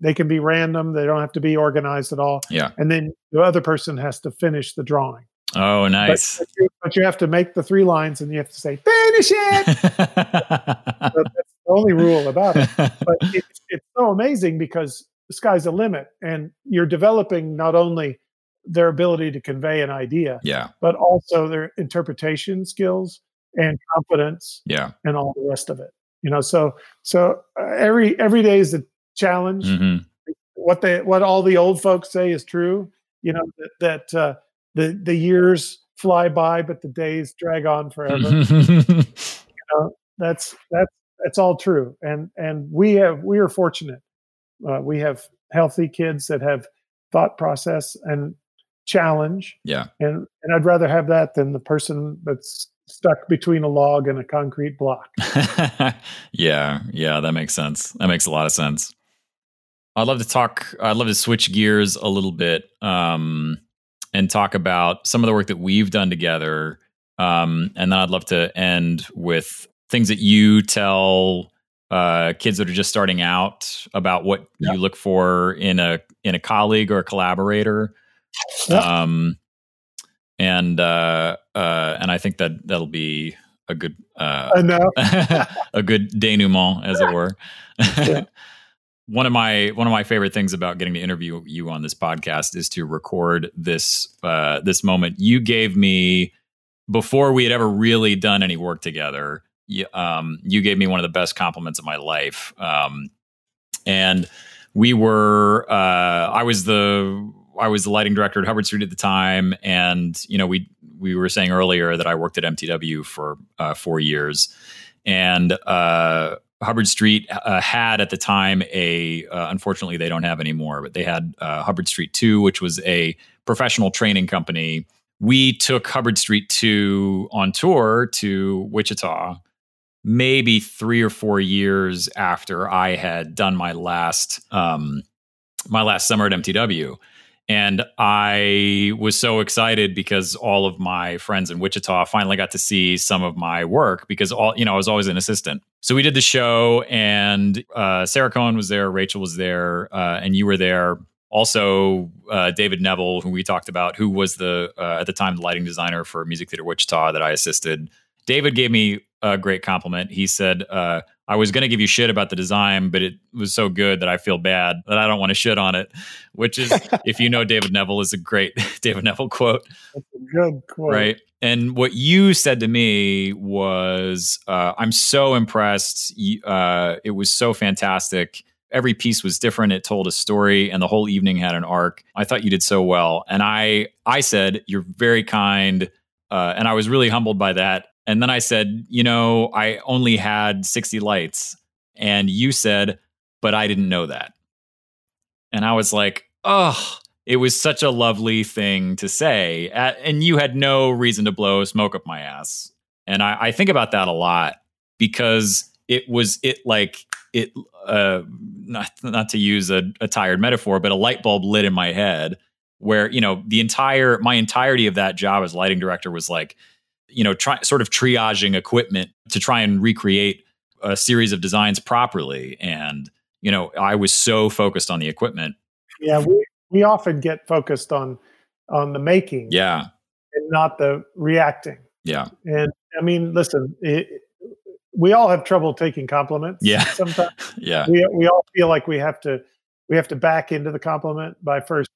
A: They can be random; they don't have to be organized at all.
B: Yeah.
A: And then the other person has to finish the drawing.
B: Oh,
A: But-
B: nice.
A: But, you, but you have to make the three lines and you have to say, finish it. But that's the only rule about it. But it's, it's so amazing because the sky's the limit and you're developing not only their ability to convey an idea,
B: yeah.
A: but also their interpretation skills and confidence
B: Yeah.
A: and all the rest of it. You know, so so uh, every every day is a challenge.
B: hmm
A: What they what all the old folks say is true. You know that, that uh, the the years fly by, but the days drag on
B: Mm-hmm.
A: forever. that's that's that's all true and and we have we are fortunate uh, we have healthy kids that have thought process and challenge
B: Yeah.
A: and and i'd rather have that than the person that's stuck between a log and a concrete block
B: yeah, yeah, that makes sense. That makes a lot of sense. I'd love to talk. I'd love to switch gears a little bit um, and talk about some of the work that we've done together. Um, and then I'd love to end with things that you tell uh, kids that are just starting out about what
A: Yeah.
B: you look for in a in a colleague or a collaborator.
A: Yeah.
B: Um, and uh, uh, and I think that that'll be a good uh,
A: enough
B: a good denouement, as it were.
A: Yeah.
B: one of my one of my favorite things about getting to interview you on this podcast is to record this uh, this moment you gave me before we had ever really done any work together. You, um, you gave me one of the best compliments of my life, um, and we were uh, I was the I was the lighting director at Hubbard Street at the time, and you know we we were saying earlier that I worked at MTW for uh, four years and uh, Hubbard Street uh, had at the time a. Uh, unfortunately, they don't have anymore, but they had uh, Hubbard Street Two, which was a professional training company. We took Hubbard Street Two on tour to Wichita, maybe three or four years after I had done my last um, my last summer at MTW. And I was so excited because all of my friends in Wichita finally got to see some of my work because all you know I was always an assistant. So we did the show, and uh, Sarah Cohen was there, Rachel was there, uh, and you were there. Also, uh, David Neville, who we talked about, who was the uh, at the time the lighting designer for Music Theater Wichita that I assisted. David gave me a great compliment. He said, uh, I was going to give you shit about the design, but it was so good that I feel bad that I don't want to shit on it, which is, if you know David Neville, is a great David Neville quote.
A: good quote.
B: Right. And what you said to me was, uh, I'm so impressed. Uh, it was so fantastic. Every piece was different. It told a story, and the whole evening had an arc. I thought you did so well. And I, I said, You're very kind. uh, and I was really humbled by that. And then I said, you know, I only had 60 lights. And you said, but I didn't know that. And I was like, oh, it was such a lovely thing to say. And you had no reason to blow smoke up my ass. And I, I think about that a lot because it was, it like, it, uh, not, not to use a, a tired metaphor, but a light bulb lit in my head where, you know, the entire, my entirety of that job as lighting director was like, you know, try, sort of triaging equipment to try and recreate a series of designs properly. And, you know, I was so focused on the equipment.
A: Yeah, we, we often get focused on on the making.
B: Yeah.
A: And not the reacting.
B: Yeah.
A: And I mean, listen, it, we all have trouble taking compliments.
B: Yeah.
A: Sometimes.
B: yeah.
A: We, we all feel like we have to we have to back into the compliment by first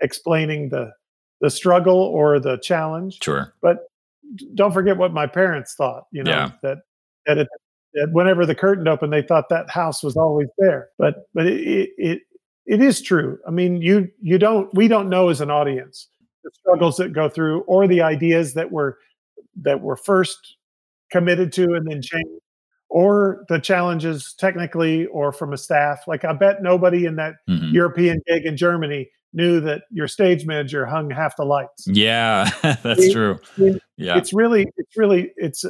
A: explaining the the struggle or the challenge.
B: Sure.
A: But don't forget what my parents thought. You know yeah. that that, it, that whenever the curtain opened, they thought that house was always there. But but it, it it is true. I mean, you you don't we don't know as an audience the struggles that go through or the ideas that were that were first committed to and then changed or the challenges technically or from a staff like i bet nobody in that
B: Mm.
A: mm-hmm. european gig in germany knew that your stage manager hung half the lights.
B: Yeah, that's it, true.
A: It,
B: yeah,
A: it's really, it's really, it's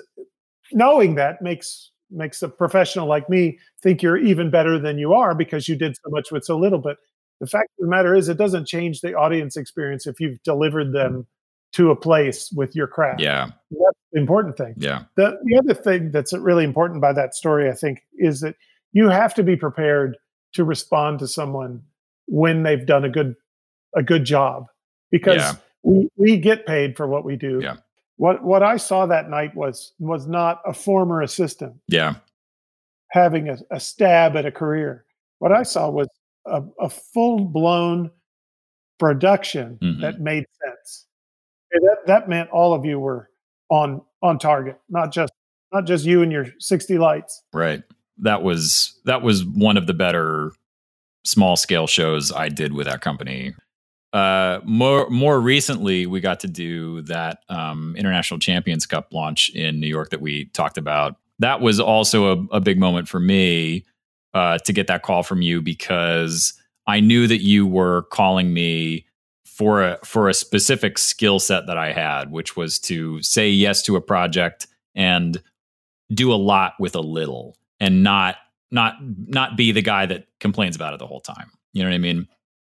A: knowing that makes makes a professional like me think you're even better than you are because you did so much with so little. But the fact of the matter is, it doesn't change the audience experience if you've delivered them to a place with your craft.
B: Mm. Yeah,
A: that's the important thing.
B: Yeah.
A: The the other thing that's really important by that story, I think, is that you have to be prepared to respond to someone when they've done a good a good job because yeah. we, we get paid for what we do.
B: Yeah.
A: What what I saw that night was was not a former assistant.
B: Yeah.
A: Having a, a stab at a career. What I saw was a, a full blown production mm-hmm. that made sense. And that that meant all of you were on on target, not just not just you and your sixty lights.
B: Right. That was that was one of the better small scale shows I did with that company. Uh, more more recently, we got to do that um, International Champions Cup launch in New York that we talked about. That was also a, a big moment for me uh, to get that call from you because I knew that you were calling me for a for a specific skill set that I had, which was to say yes to a project and do a lot with a little, and not not not be the guy that complains about it the whole time. You know what I mean?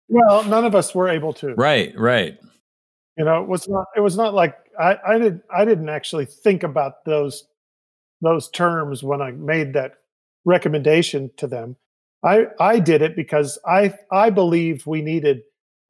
A: Well, none of us were able to.
B: Right, right.
A: You know, it was not it was not like I, I did I didn't actually think about those those terms when I made that recommendation to them. I I did it because I I believed we needed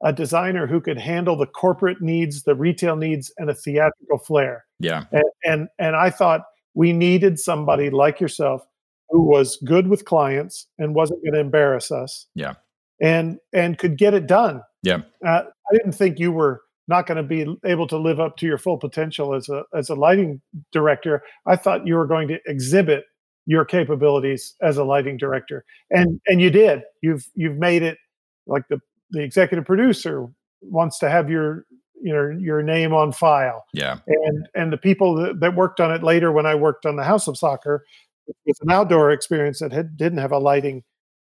A: a designer who could handle the corporate needs, the retail needs, and a theatrical flair.
B: Yeah.
A: And and, and I thought we needed somebody like yourself who was good with clients and wasn't going to embarrass us.
B: Yeah.
A: And and could get it done.
B: Yeah.
A: Uh, I didn't think you were not going to be able to live up to your full potential as a as a lighting director. I thought you were going to exhibit your capabilities as a lighting director. And and you did. You've you've made it like the the executive producer wants to have your you know your name on file.
B: Yeah.
A: And and the people that, that worked on it later when I worked on the House of Soccer it's an outdoor experience that had, didn't have a lighting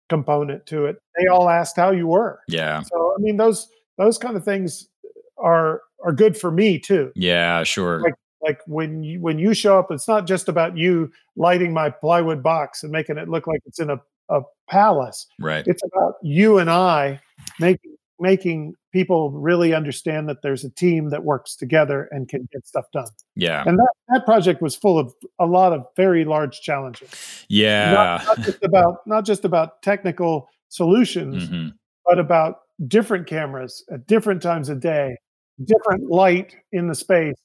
A: component to it. They all asked how you were.
B: Yeah.
A: So I mean, those those kind of things are are good for me too.
B: Yeah, sure.
A: Like like when you, when you show up it's not just about you lighting my plywood box and making it look like it's in a, a palace
B: right
A: it's about you and i making making people really understand that there's a team that works together and can get stuff done
B: yeah
A: and that, that project was full of a lot of very large challenges
B: yeah
A: not, not just about not just about technical solutions
B: hmm
A: but about different cameras at different times of day, different light in the space,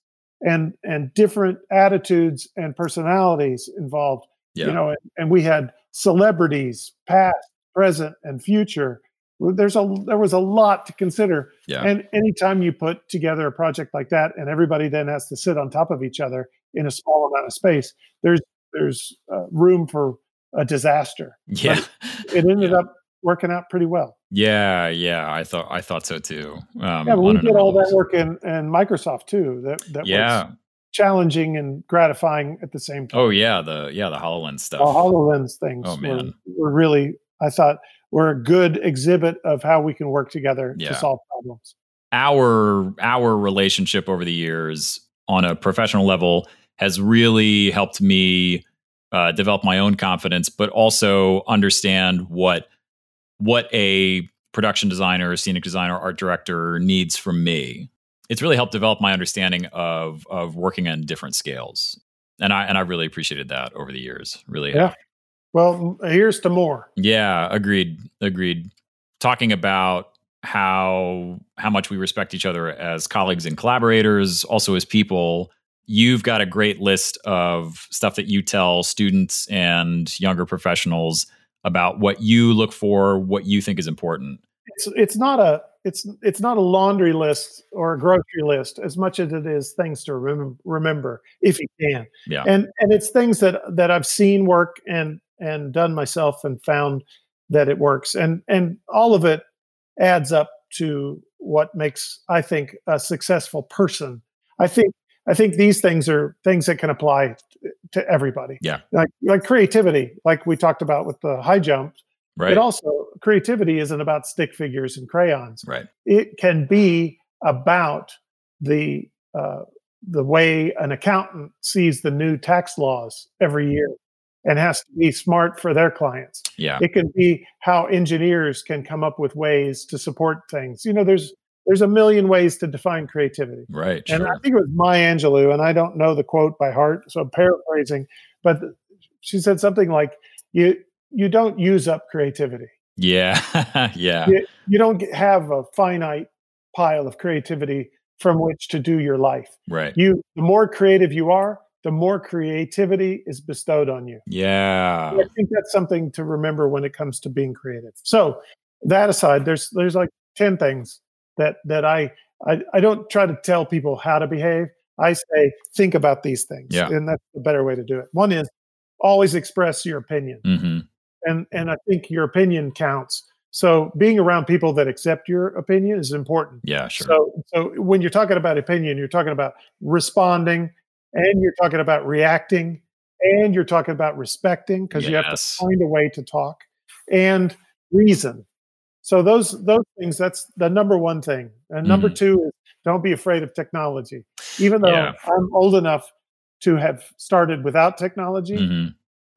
A: and and different attitudes and personalities involved.
B: yeah
A: You know, and, and we had celebrities, past, present, and future. Well, There's a there was a lot to consider.
B: yeah
A: And anytime you put together a project like that, and everybody then has to sit on top of each other in a small amount of space, there's there's uh, room for a disaster.
B: yeah
A: It ended
B: Yeah.
A: up working out pretty well.
B: yeah yeah i thought i thought so too um
A: Yeah, but
B: on
A: we
B: a
A: did
B: number
A: all
B: of
A: that
B: levels.
A: work in, in Microsoft too. That that was
B: yeah
A: challenging and gratifying at the same time.
B: oh yeah the yeah the hololens
A: the
B: stuff
A: Hololens things
B: Oh,
A: were,
B: man.
A: were really, I thought, were a good exhibit of how we can work together
B: Yeah.
A: to solve problems.
B: our our relationship over the years on a professional level has really helped me uh, develop my own confidence, but also understand what what a production designer, scenic designer, art director needs from me. It's really helped develop my understanding of of working on different scales, and I and I really appreciated that over the years. Really,
A: Yeah. Well, m- here's to more.
B: yeah, agreed. Agreed. Talking about how how much we respect each other as colleagues and collaborators, also as people. You've got a great list of stuff that you tell students and younger professionals about what you look for, what you think is important.
A: It's it's not a it's it's not a laundry list or a grocery list as much as it is things to remem- remember if you can.
B: Yeah.
A: and and it's things that that I've seen work and and done myself and found that it works and and all of it adds up to what makes I think a successful person. I think I think these things are things that can apply t- to everybody.
B: Yeah.
A: like like creativity, like we talked about with the high jump.
B: Right.
A: It also creativity isn't about stick figures and crayons
B: right.
A: it can be about the uh, the way an accountant sees the new tax laws
B: Mm-hmm.
A: every year and has to be smart for their clients
B: Yeah.
A: it can be how engineers can come up with ways to support things you know there's there's a million ways to define creativity
B: Right.
A: and I
B: Sure.
A: think it was Maya Angelou, and I don't know the quote by heart, so I'm paraphrasing. But th- she said something like, "You you don't use up creativity.
B: Yeah. yeah.
A: You don't g- have a finite pile of creativity from which to do your life.
B: Right.
A: You the more creative you are, the more creativity is bestowed on you.
B: Yeah.
A: I think that's something to remember when it comes to being creative. So that aside, there's there's like ten things that that I I, I don't try to tell people how to behave. I say think about these things,
B: Yeah.
A: and that's the better way to do it. One is always express your opinion,
B: hmm
A: and and I think your opinion counts. So being around people that accept your opinion is important.
B: Yeah. Sure.
A: So, so when you're talking about opinion, you're talking about responding, and you're talking about reacting, and you're talking about respecting because you have to
B: Yes.
A: find a way to talk and reason. So those those things. That's the number one thing. And number
B: Mhm.
A: two is don't be afraid of technology. Even though
B: Yeah.
A: I'm old enough to have started without technology
B: hmm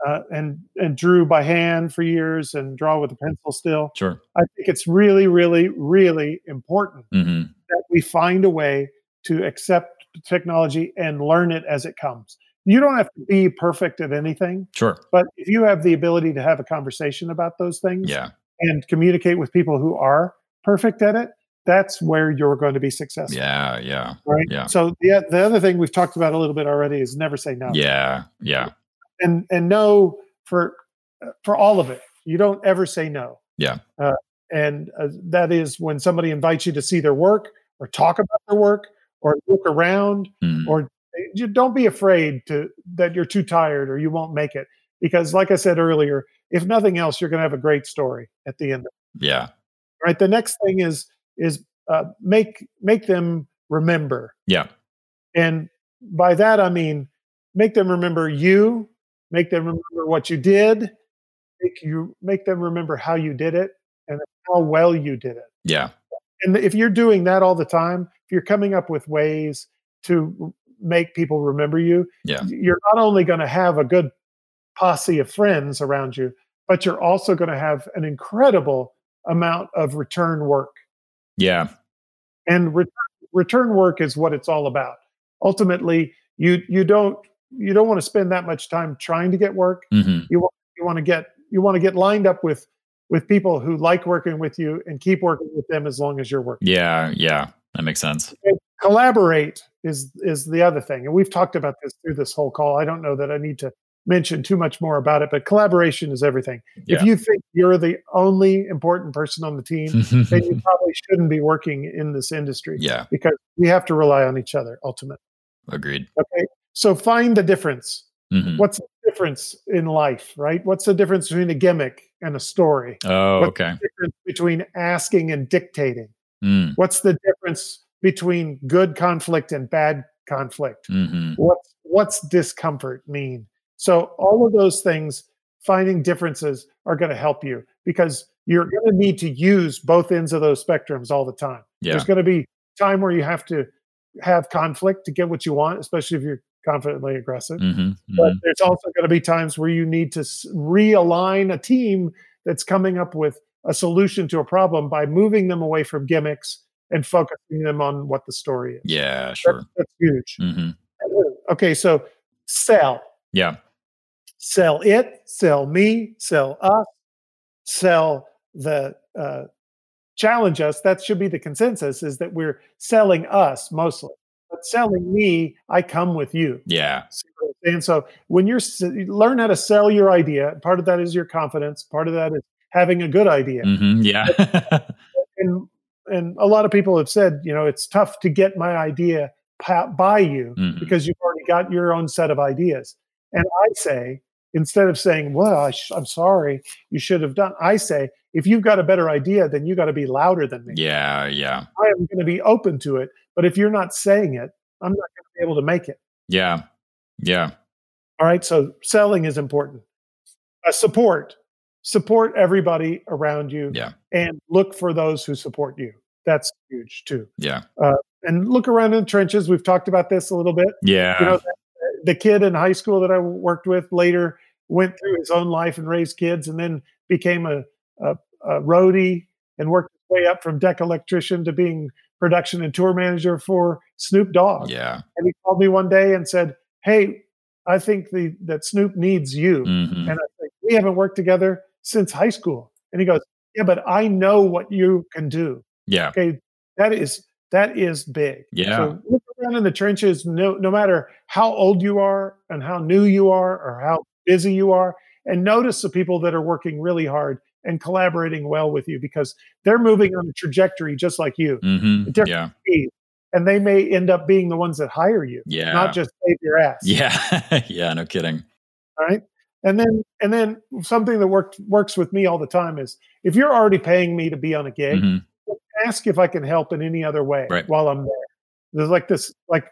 A: uh, and and drew by hand for years and draw with a pencil still,
B: Sure.
A: I think it's really, really, really important
B: hmm
A: that we find a way to accept technology and learn it as it comes. You don't have to be perfect at anything,
B: Sure.
A: but if you have the ability to have a conversation about those things
B: Yeah.
A: and communicate with people who are perfect at it, that's where you're going to be successful.
B: Yeah. Yeah.
A: Right.
B: yeah.
A: So the the other thing we've talked about a little bit already is never say no.
B: Yeah. Yeah.
A: And and no for for all of it. You don't ever say no.
B: Yeah.
A: Uh, and uh, that is when somebody invites you to see their work or talk about their work or look around
B: Mhm.
A: or you don't be afraid to that you're too tired or you won't make it because like i said earlier if nothing else you're going to have a great story at the end of
B: Yeah.
A: it, right the next thing is is uh, make make them remember
B: Yeah.
A: and by that i mean make them remember you make them remember what you did make you make them remember how you did it and how well you did it
B: Yeah.
A: and if you're doing that all the time if you're coming up with ways to make people remember you,
B: Yeah.
A: you're not only going to have a good posse of friends around you, but you're also going to have an incredible amount of return work.
B: Yeah.
A: And return, return work is what it's all about. Ultimately, you you don't you don't want to spend that much time trying to get work.
B: hmm
A: You want to get you want to get lined up with with people who like working with you and keep working with them as long as you're working.
B: Yeah. Yeah. That makes sense.
A: collaborate is is the other thing and we've talked about this through this whole call i don't know that i need to mention too much more about it but collaboration is everything
B: Yeah.
A: if you think you're the only important person on the team then you probably shouldn't be working in this industry
B: yeah.
A: because we have to rely on each other ultimately
B: Agreed.
A: okay so find the difference
B: hmm
A: what's the difference in life right what's the difference between a gimmick and a story
B: Oh,
A: What-
B: okay.
A: difference between asking and dictating
B: Mm,
A: what's the difference between good conflict and bad conflict
B: hmm
A: what's what's discomfort mean so all of those things finding differences are going to help you because you're going to need to use both ends of those spectrums all the time
B: Yeah.
A: there's going to be time where you have to have conflict to get what you want especially if you're confidently aggressive
B: hmm
A: but there's also going to be times where you need to s- realign a team that's coming up with a solution to a problem by moving them away from gimmicks and focusing them on what the story is
B: Yeah. Sure.
A: that's, that's huge
B: hmm
A: Okay, so sell,
B: Yeah.
A: sell it, sell me, sell us, sell the uh, challenge us. That should be the consensus: is that we're selling us mostly, but selling me, I come with you.
B: Yeah.
A: And so when you're s- you learn how to sell your idea, part of that is your confidence. Part of that is having a good idea.
B: hmm Yeah.
A: And and a lot of people have said, you know, it's tough to get my idea pa- by you
B: Mhm.
A: because you've already got your own set of ideas. And I say, instead of saying, well, I sh- I'm sorry, you should have done, I say, if you've got a better idea, then you got to be louder than me.
B: Yeah. Yeah.
A: I am going to be open to it. But if you're not saying it, I'm not going to be able to make it.
B: Yeah. Yeah.
A: All right. So selling is important. Uh, support, support everybody around you,
B: Yeah.
A: and look for those who support you. That's huge too.
B: Yeah.
A: Uh, and look around in the trenches. We've talked about this a little bit.
B: Yeah.
A: You know, that- the kid in high school that I worked with later went through his own life and raised kids, and then became a a, a roadie and worked his way up from deck electrician to being production and tour manager for Snoop Dogg.
B: yeah.
A: And he called me one day and said, "Hey, I think the that Snoop needs you."
B: hmm
A: And I think we haven't worked together since high school. And he goes, "Yeah, but I know what you can do."
B: Yeah.
A: Okay, that is that is big.
B: Yeah.
A: So look around in the trenches. No, no matter how old you are, and how new you are, or how busy you are, and notice the people that are working really hard and collaborating well with you because they're moving on a trajectory just like you,
B: hmm
A: Different-
B: Yeah.
A: and they may end up being the ones that hire you
B: Yeah.
A: not just save your ass.
B: yeah. yeah. No kidding.
A: All right. And then and then something that worked works with me all the time is if you're already paying me to be on a gig,
B: hmm
A: ask if I can help in any other way
B: Right.
A: while I'm there. There's like this like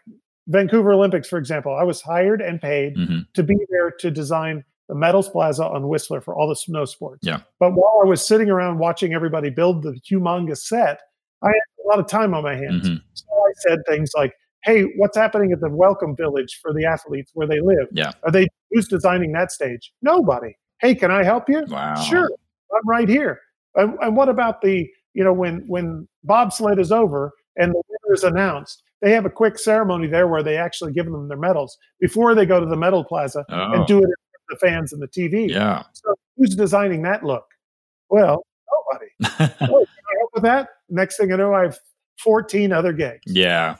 A: Vancouver Olympics, for example. I was hired and paid
B: hmm
A: to be there to design the medals plaza on Whistler for all the snow sports.
B: Yeah.
A: But while I was sitting around watching everybody build the humongous set, I had a lot of time on my hands.
B: hmm
A: So I said things like, "Hey, what's happening at the Welcome Village for the athletes where they live?
B: Yeah.
A: Are they who's designing that stage? Nobody. Hey, can I help you?
B: Wow.
A: Sure, I'm right here. And, and what about the you know when when bobsled is over and the winner is announced, they have a quick ceremony there where they actually give them their medals before they go to the medal plaza
B: Oh.
A: and do it in front of the fans and the TV.
B: yeah.
A: So who's designing that look? Well, nobody.
B: Mm.
A: oh, can I help with that? Next thing I know, I have 14 other gigs.
B: yeah.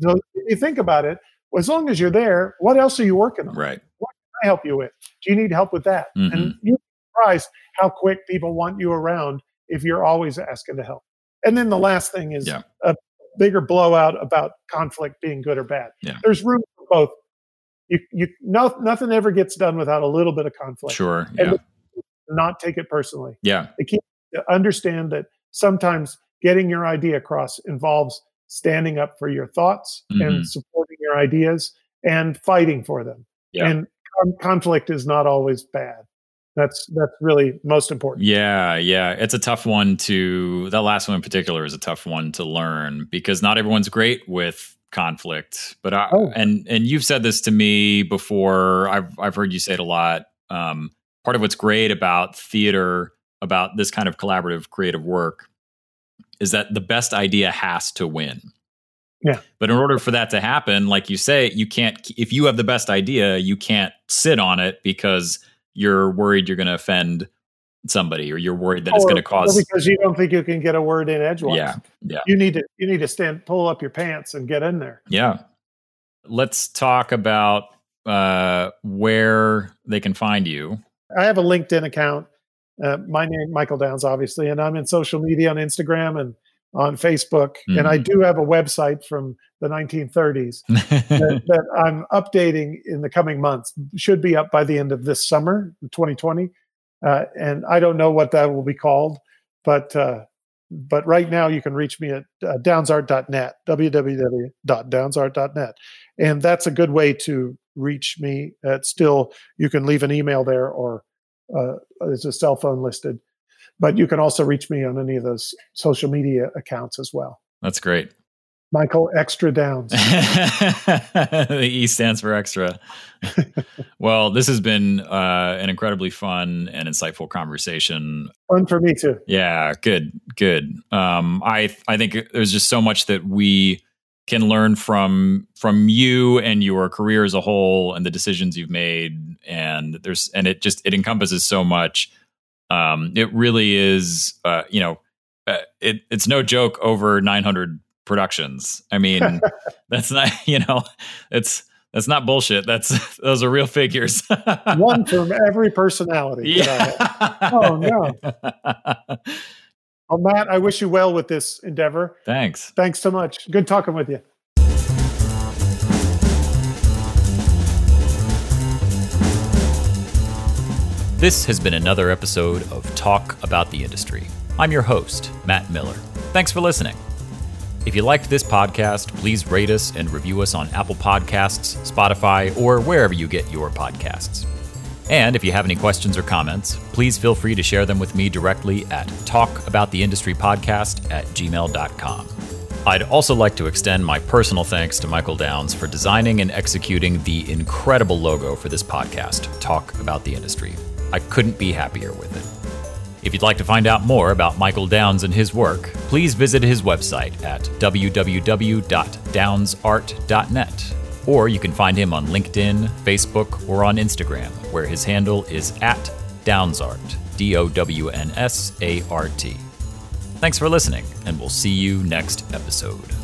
A: So if you think about it, well, as long as you're there, what else are you working on? What
B: Right.
A: can I help you with? Do you need help with that?
B: Mhm.
A: And you're surprised how quick people want you around if you're always asking to help. And then the last thing is
B: Yeah.
A: a bigger blowout about conflict being good or bad.
B: Yeah.
A: There's room for both. You, you, no, nothing ever gets done without a little bit of conflict.
B: Sure.
A: And
B: Yeah.
A: Not take it personally
B: Yeah.
A: to understand that sometimes getting your idea across involves standing up for your thoughts
B: Mhm.
A: and supporting your ideas and fighting for them.
B: Yeah.
A: And con- conflict is not always bad. That's that's really most important.
B: Yeah, yeah. It's a tough one to that last one in particular is a tough one to learn because not everyone's great with conflict. But I
A: Oh.
B: and and you've said this to me before. I've I've heard you say it a lot. Um, part of what's great about theater, about this kind of collaborative creative work, is that the best idea has to win.
A: Yeah.
B: But in order for that to happen, like you say, you can't. If you have the best idea, you can't sit on it because you're worried you're going to offend somebody, or you're worried that it's
A: Or-
B: going to
A: or
B: cause.
A: because you don't think you can get a word in edgewise.
B: Yeah, yeah.
A: You need to you need to stand, pull up your pants, and get in there.
B: Yeah. Let's talk about uh, where they can find you.
A: I have a LinkedIn account. Uh, my name Michael Downs, obviously, and I'm in social media on Instagram and on Facebook, and I do have a website from the 1930s that, that I'm updating in the coming months. Should be up by the end of this summer, 2020, uh, and I don't know what that will be called, but uh, but right now you can reach me at uh, downsart.net, www.downsart.net, and that's a good way to reach me. Uh, it's still, you can leave an email there, or uh, there's a cell phone listed, but you can also reach me on any of those social media accounts as well.
B: That's great.
A: Michael Extra Downs.
B: the E stands for extra. well, this has been uh, an incredibly fun and insightful conversation.
A: Fun for me too.
B: Yeah, good, good. Um, I I think there's just so much that we can learn from from you and your career as a whole and the decisions you've made and there's and it just it encompasses so much. Um, it really is, uh, you know, uh, it it's no joke over 900 productions. I mean, that's not you know, it's that's not bullshit. That's those are real figures.
A: One from every personality. that I have.
B: yeah.
A: Oh, Well, Matt, I wish you well with this endeavor.
B: Thanks.
A: Thanks so much. Good talking with you.
B: This has been another episode of Talk About the Industry. I'm your host, Matt Miller. Thanks for listening. If you liked this podcast, please rate us and review us on Apple Podcasts, Spotify, or wherever you get your podcasts. And if you have any questions or comments, please feel free to share them with me directly at talkabouttheindustrypodcast at gmail.com. I'd also like to extend my personal thanks to Michael Downs for designing and executing the incredible logo for this podcast, Talk About the Industry. I couldn't be happier with it. If you'd like to find out more about Michael Downs and his work, please visit his website at www.downsart.net. Or you can find him on LinkedIn, Facebook, or on Instagram, where his handle is at Downsart, D O W N S A R T. Thanks for listening, and we'll see you next episode.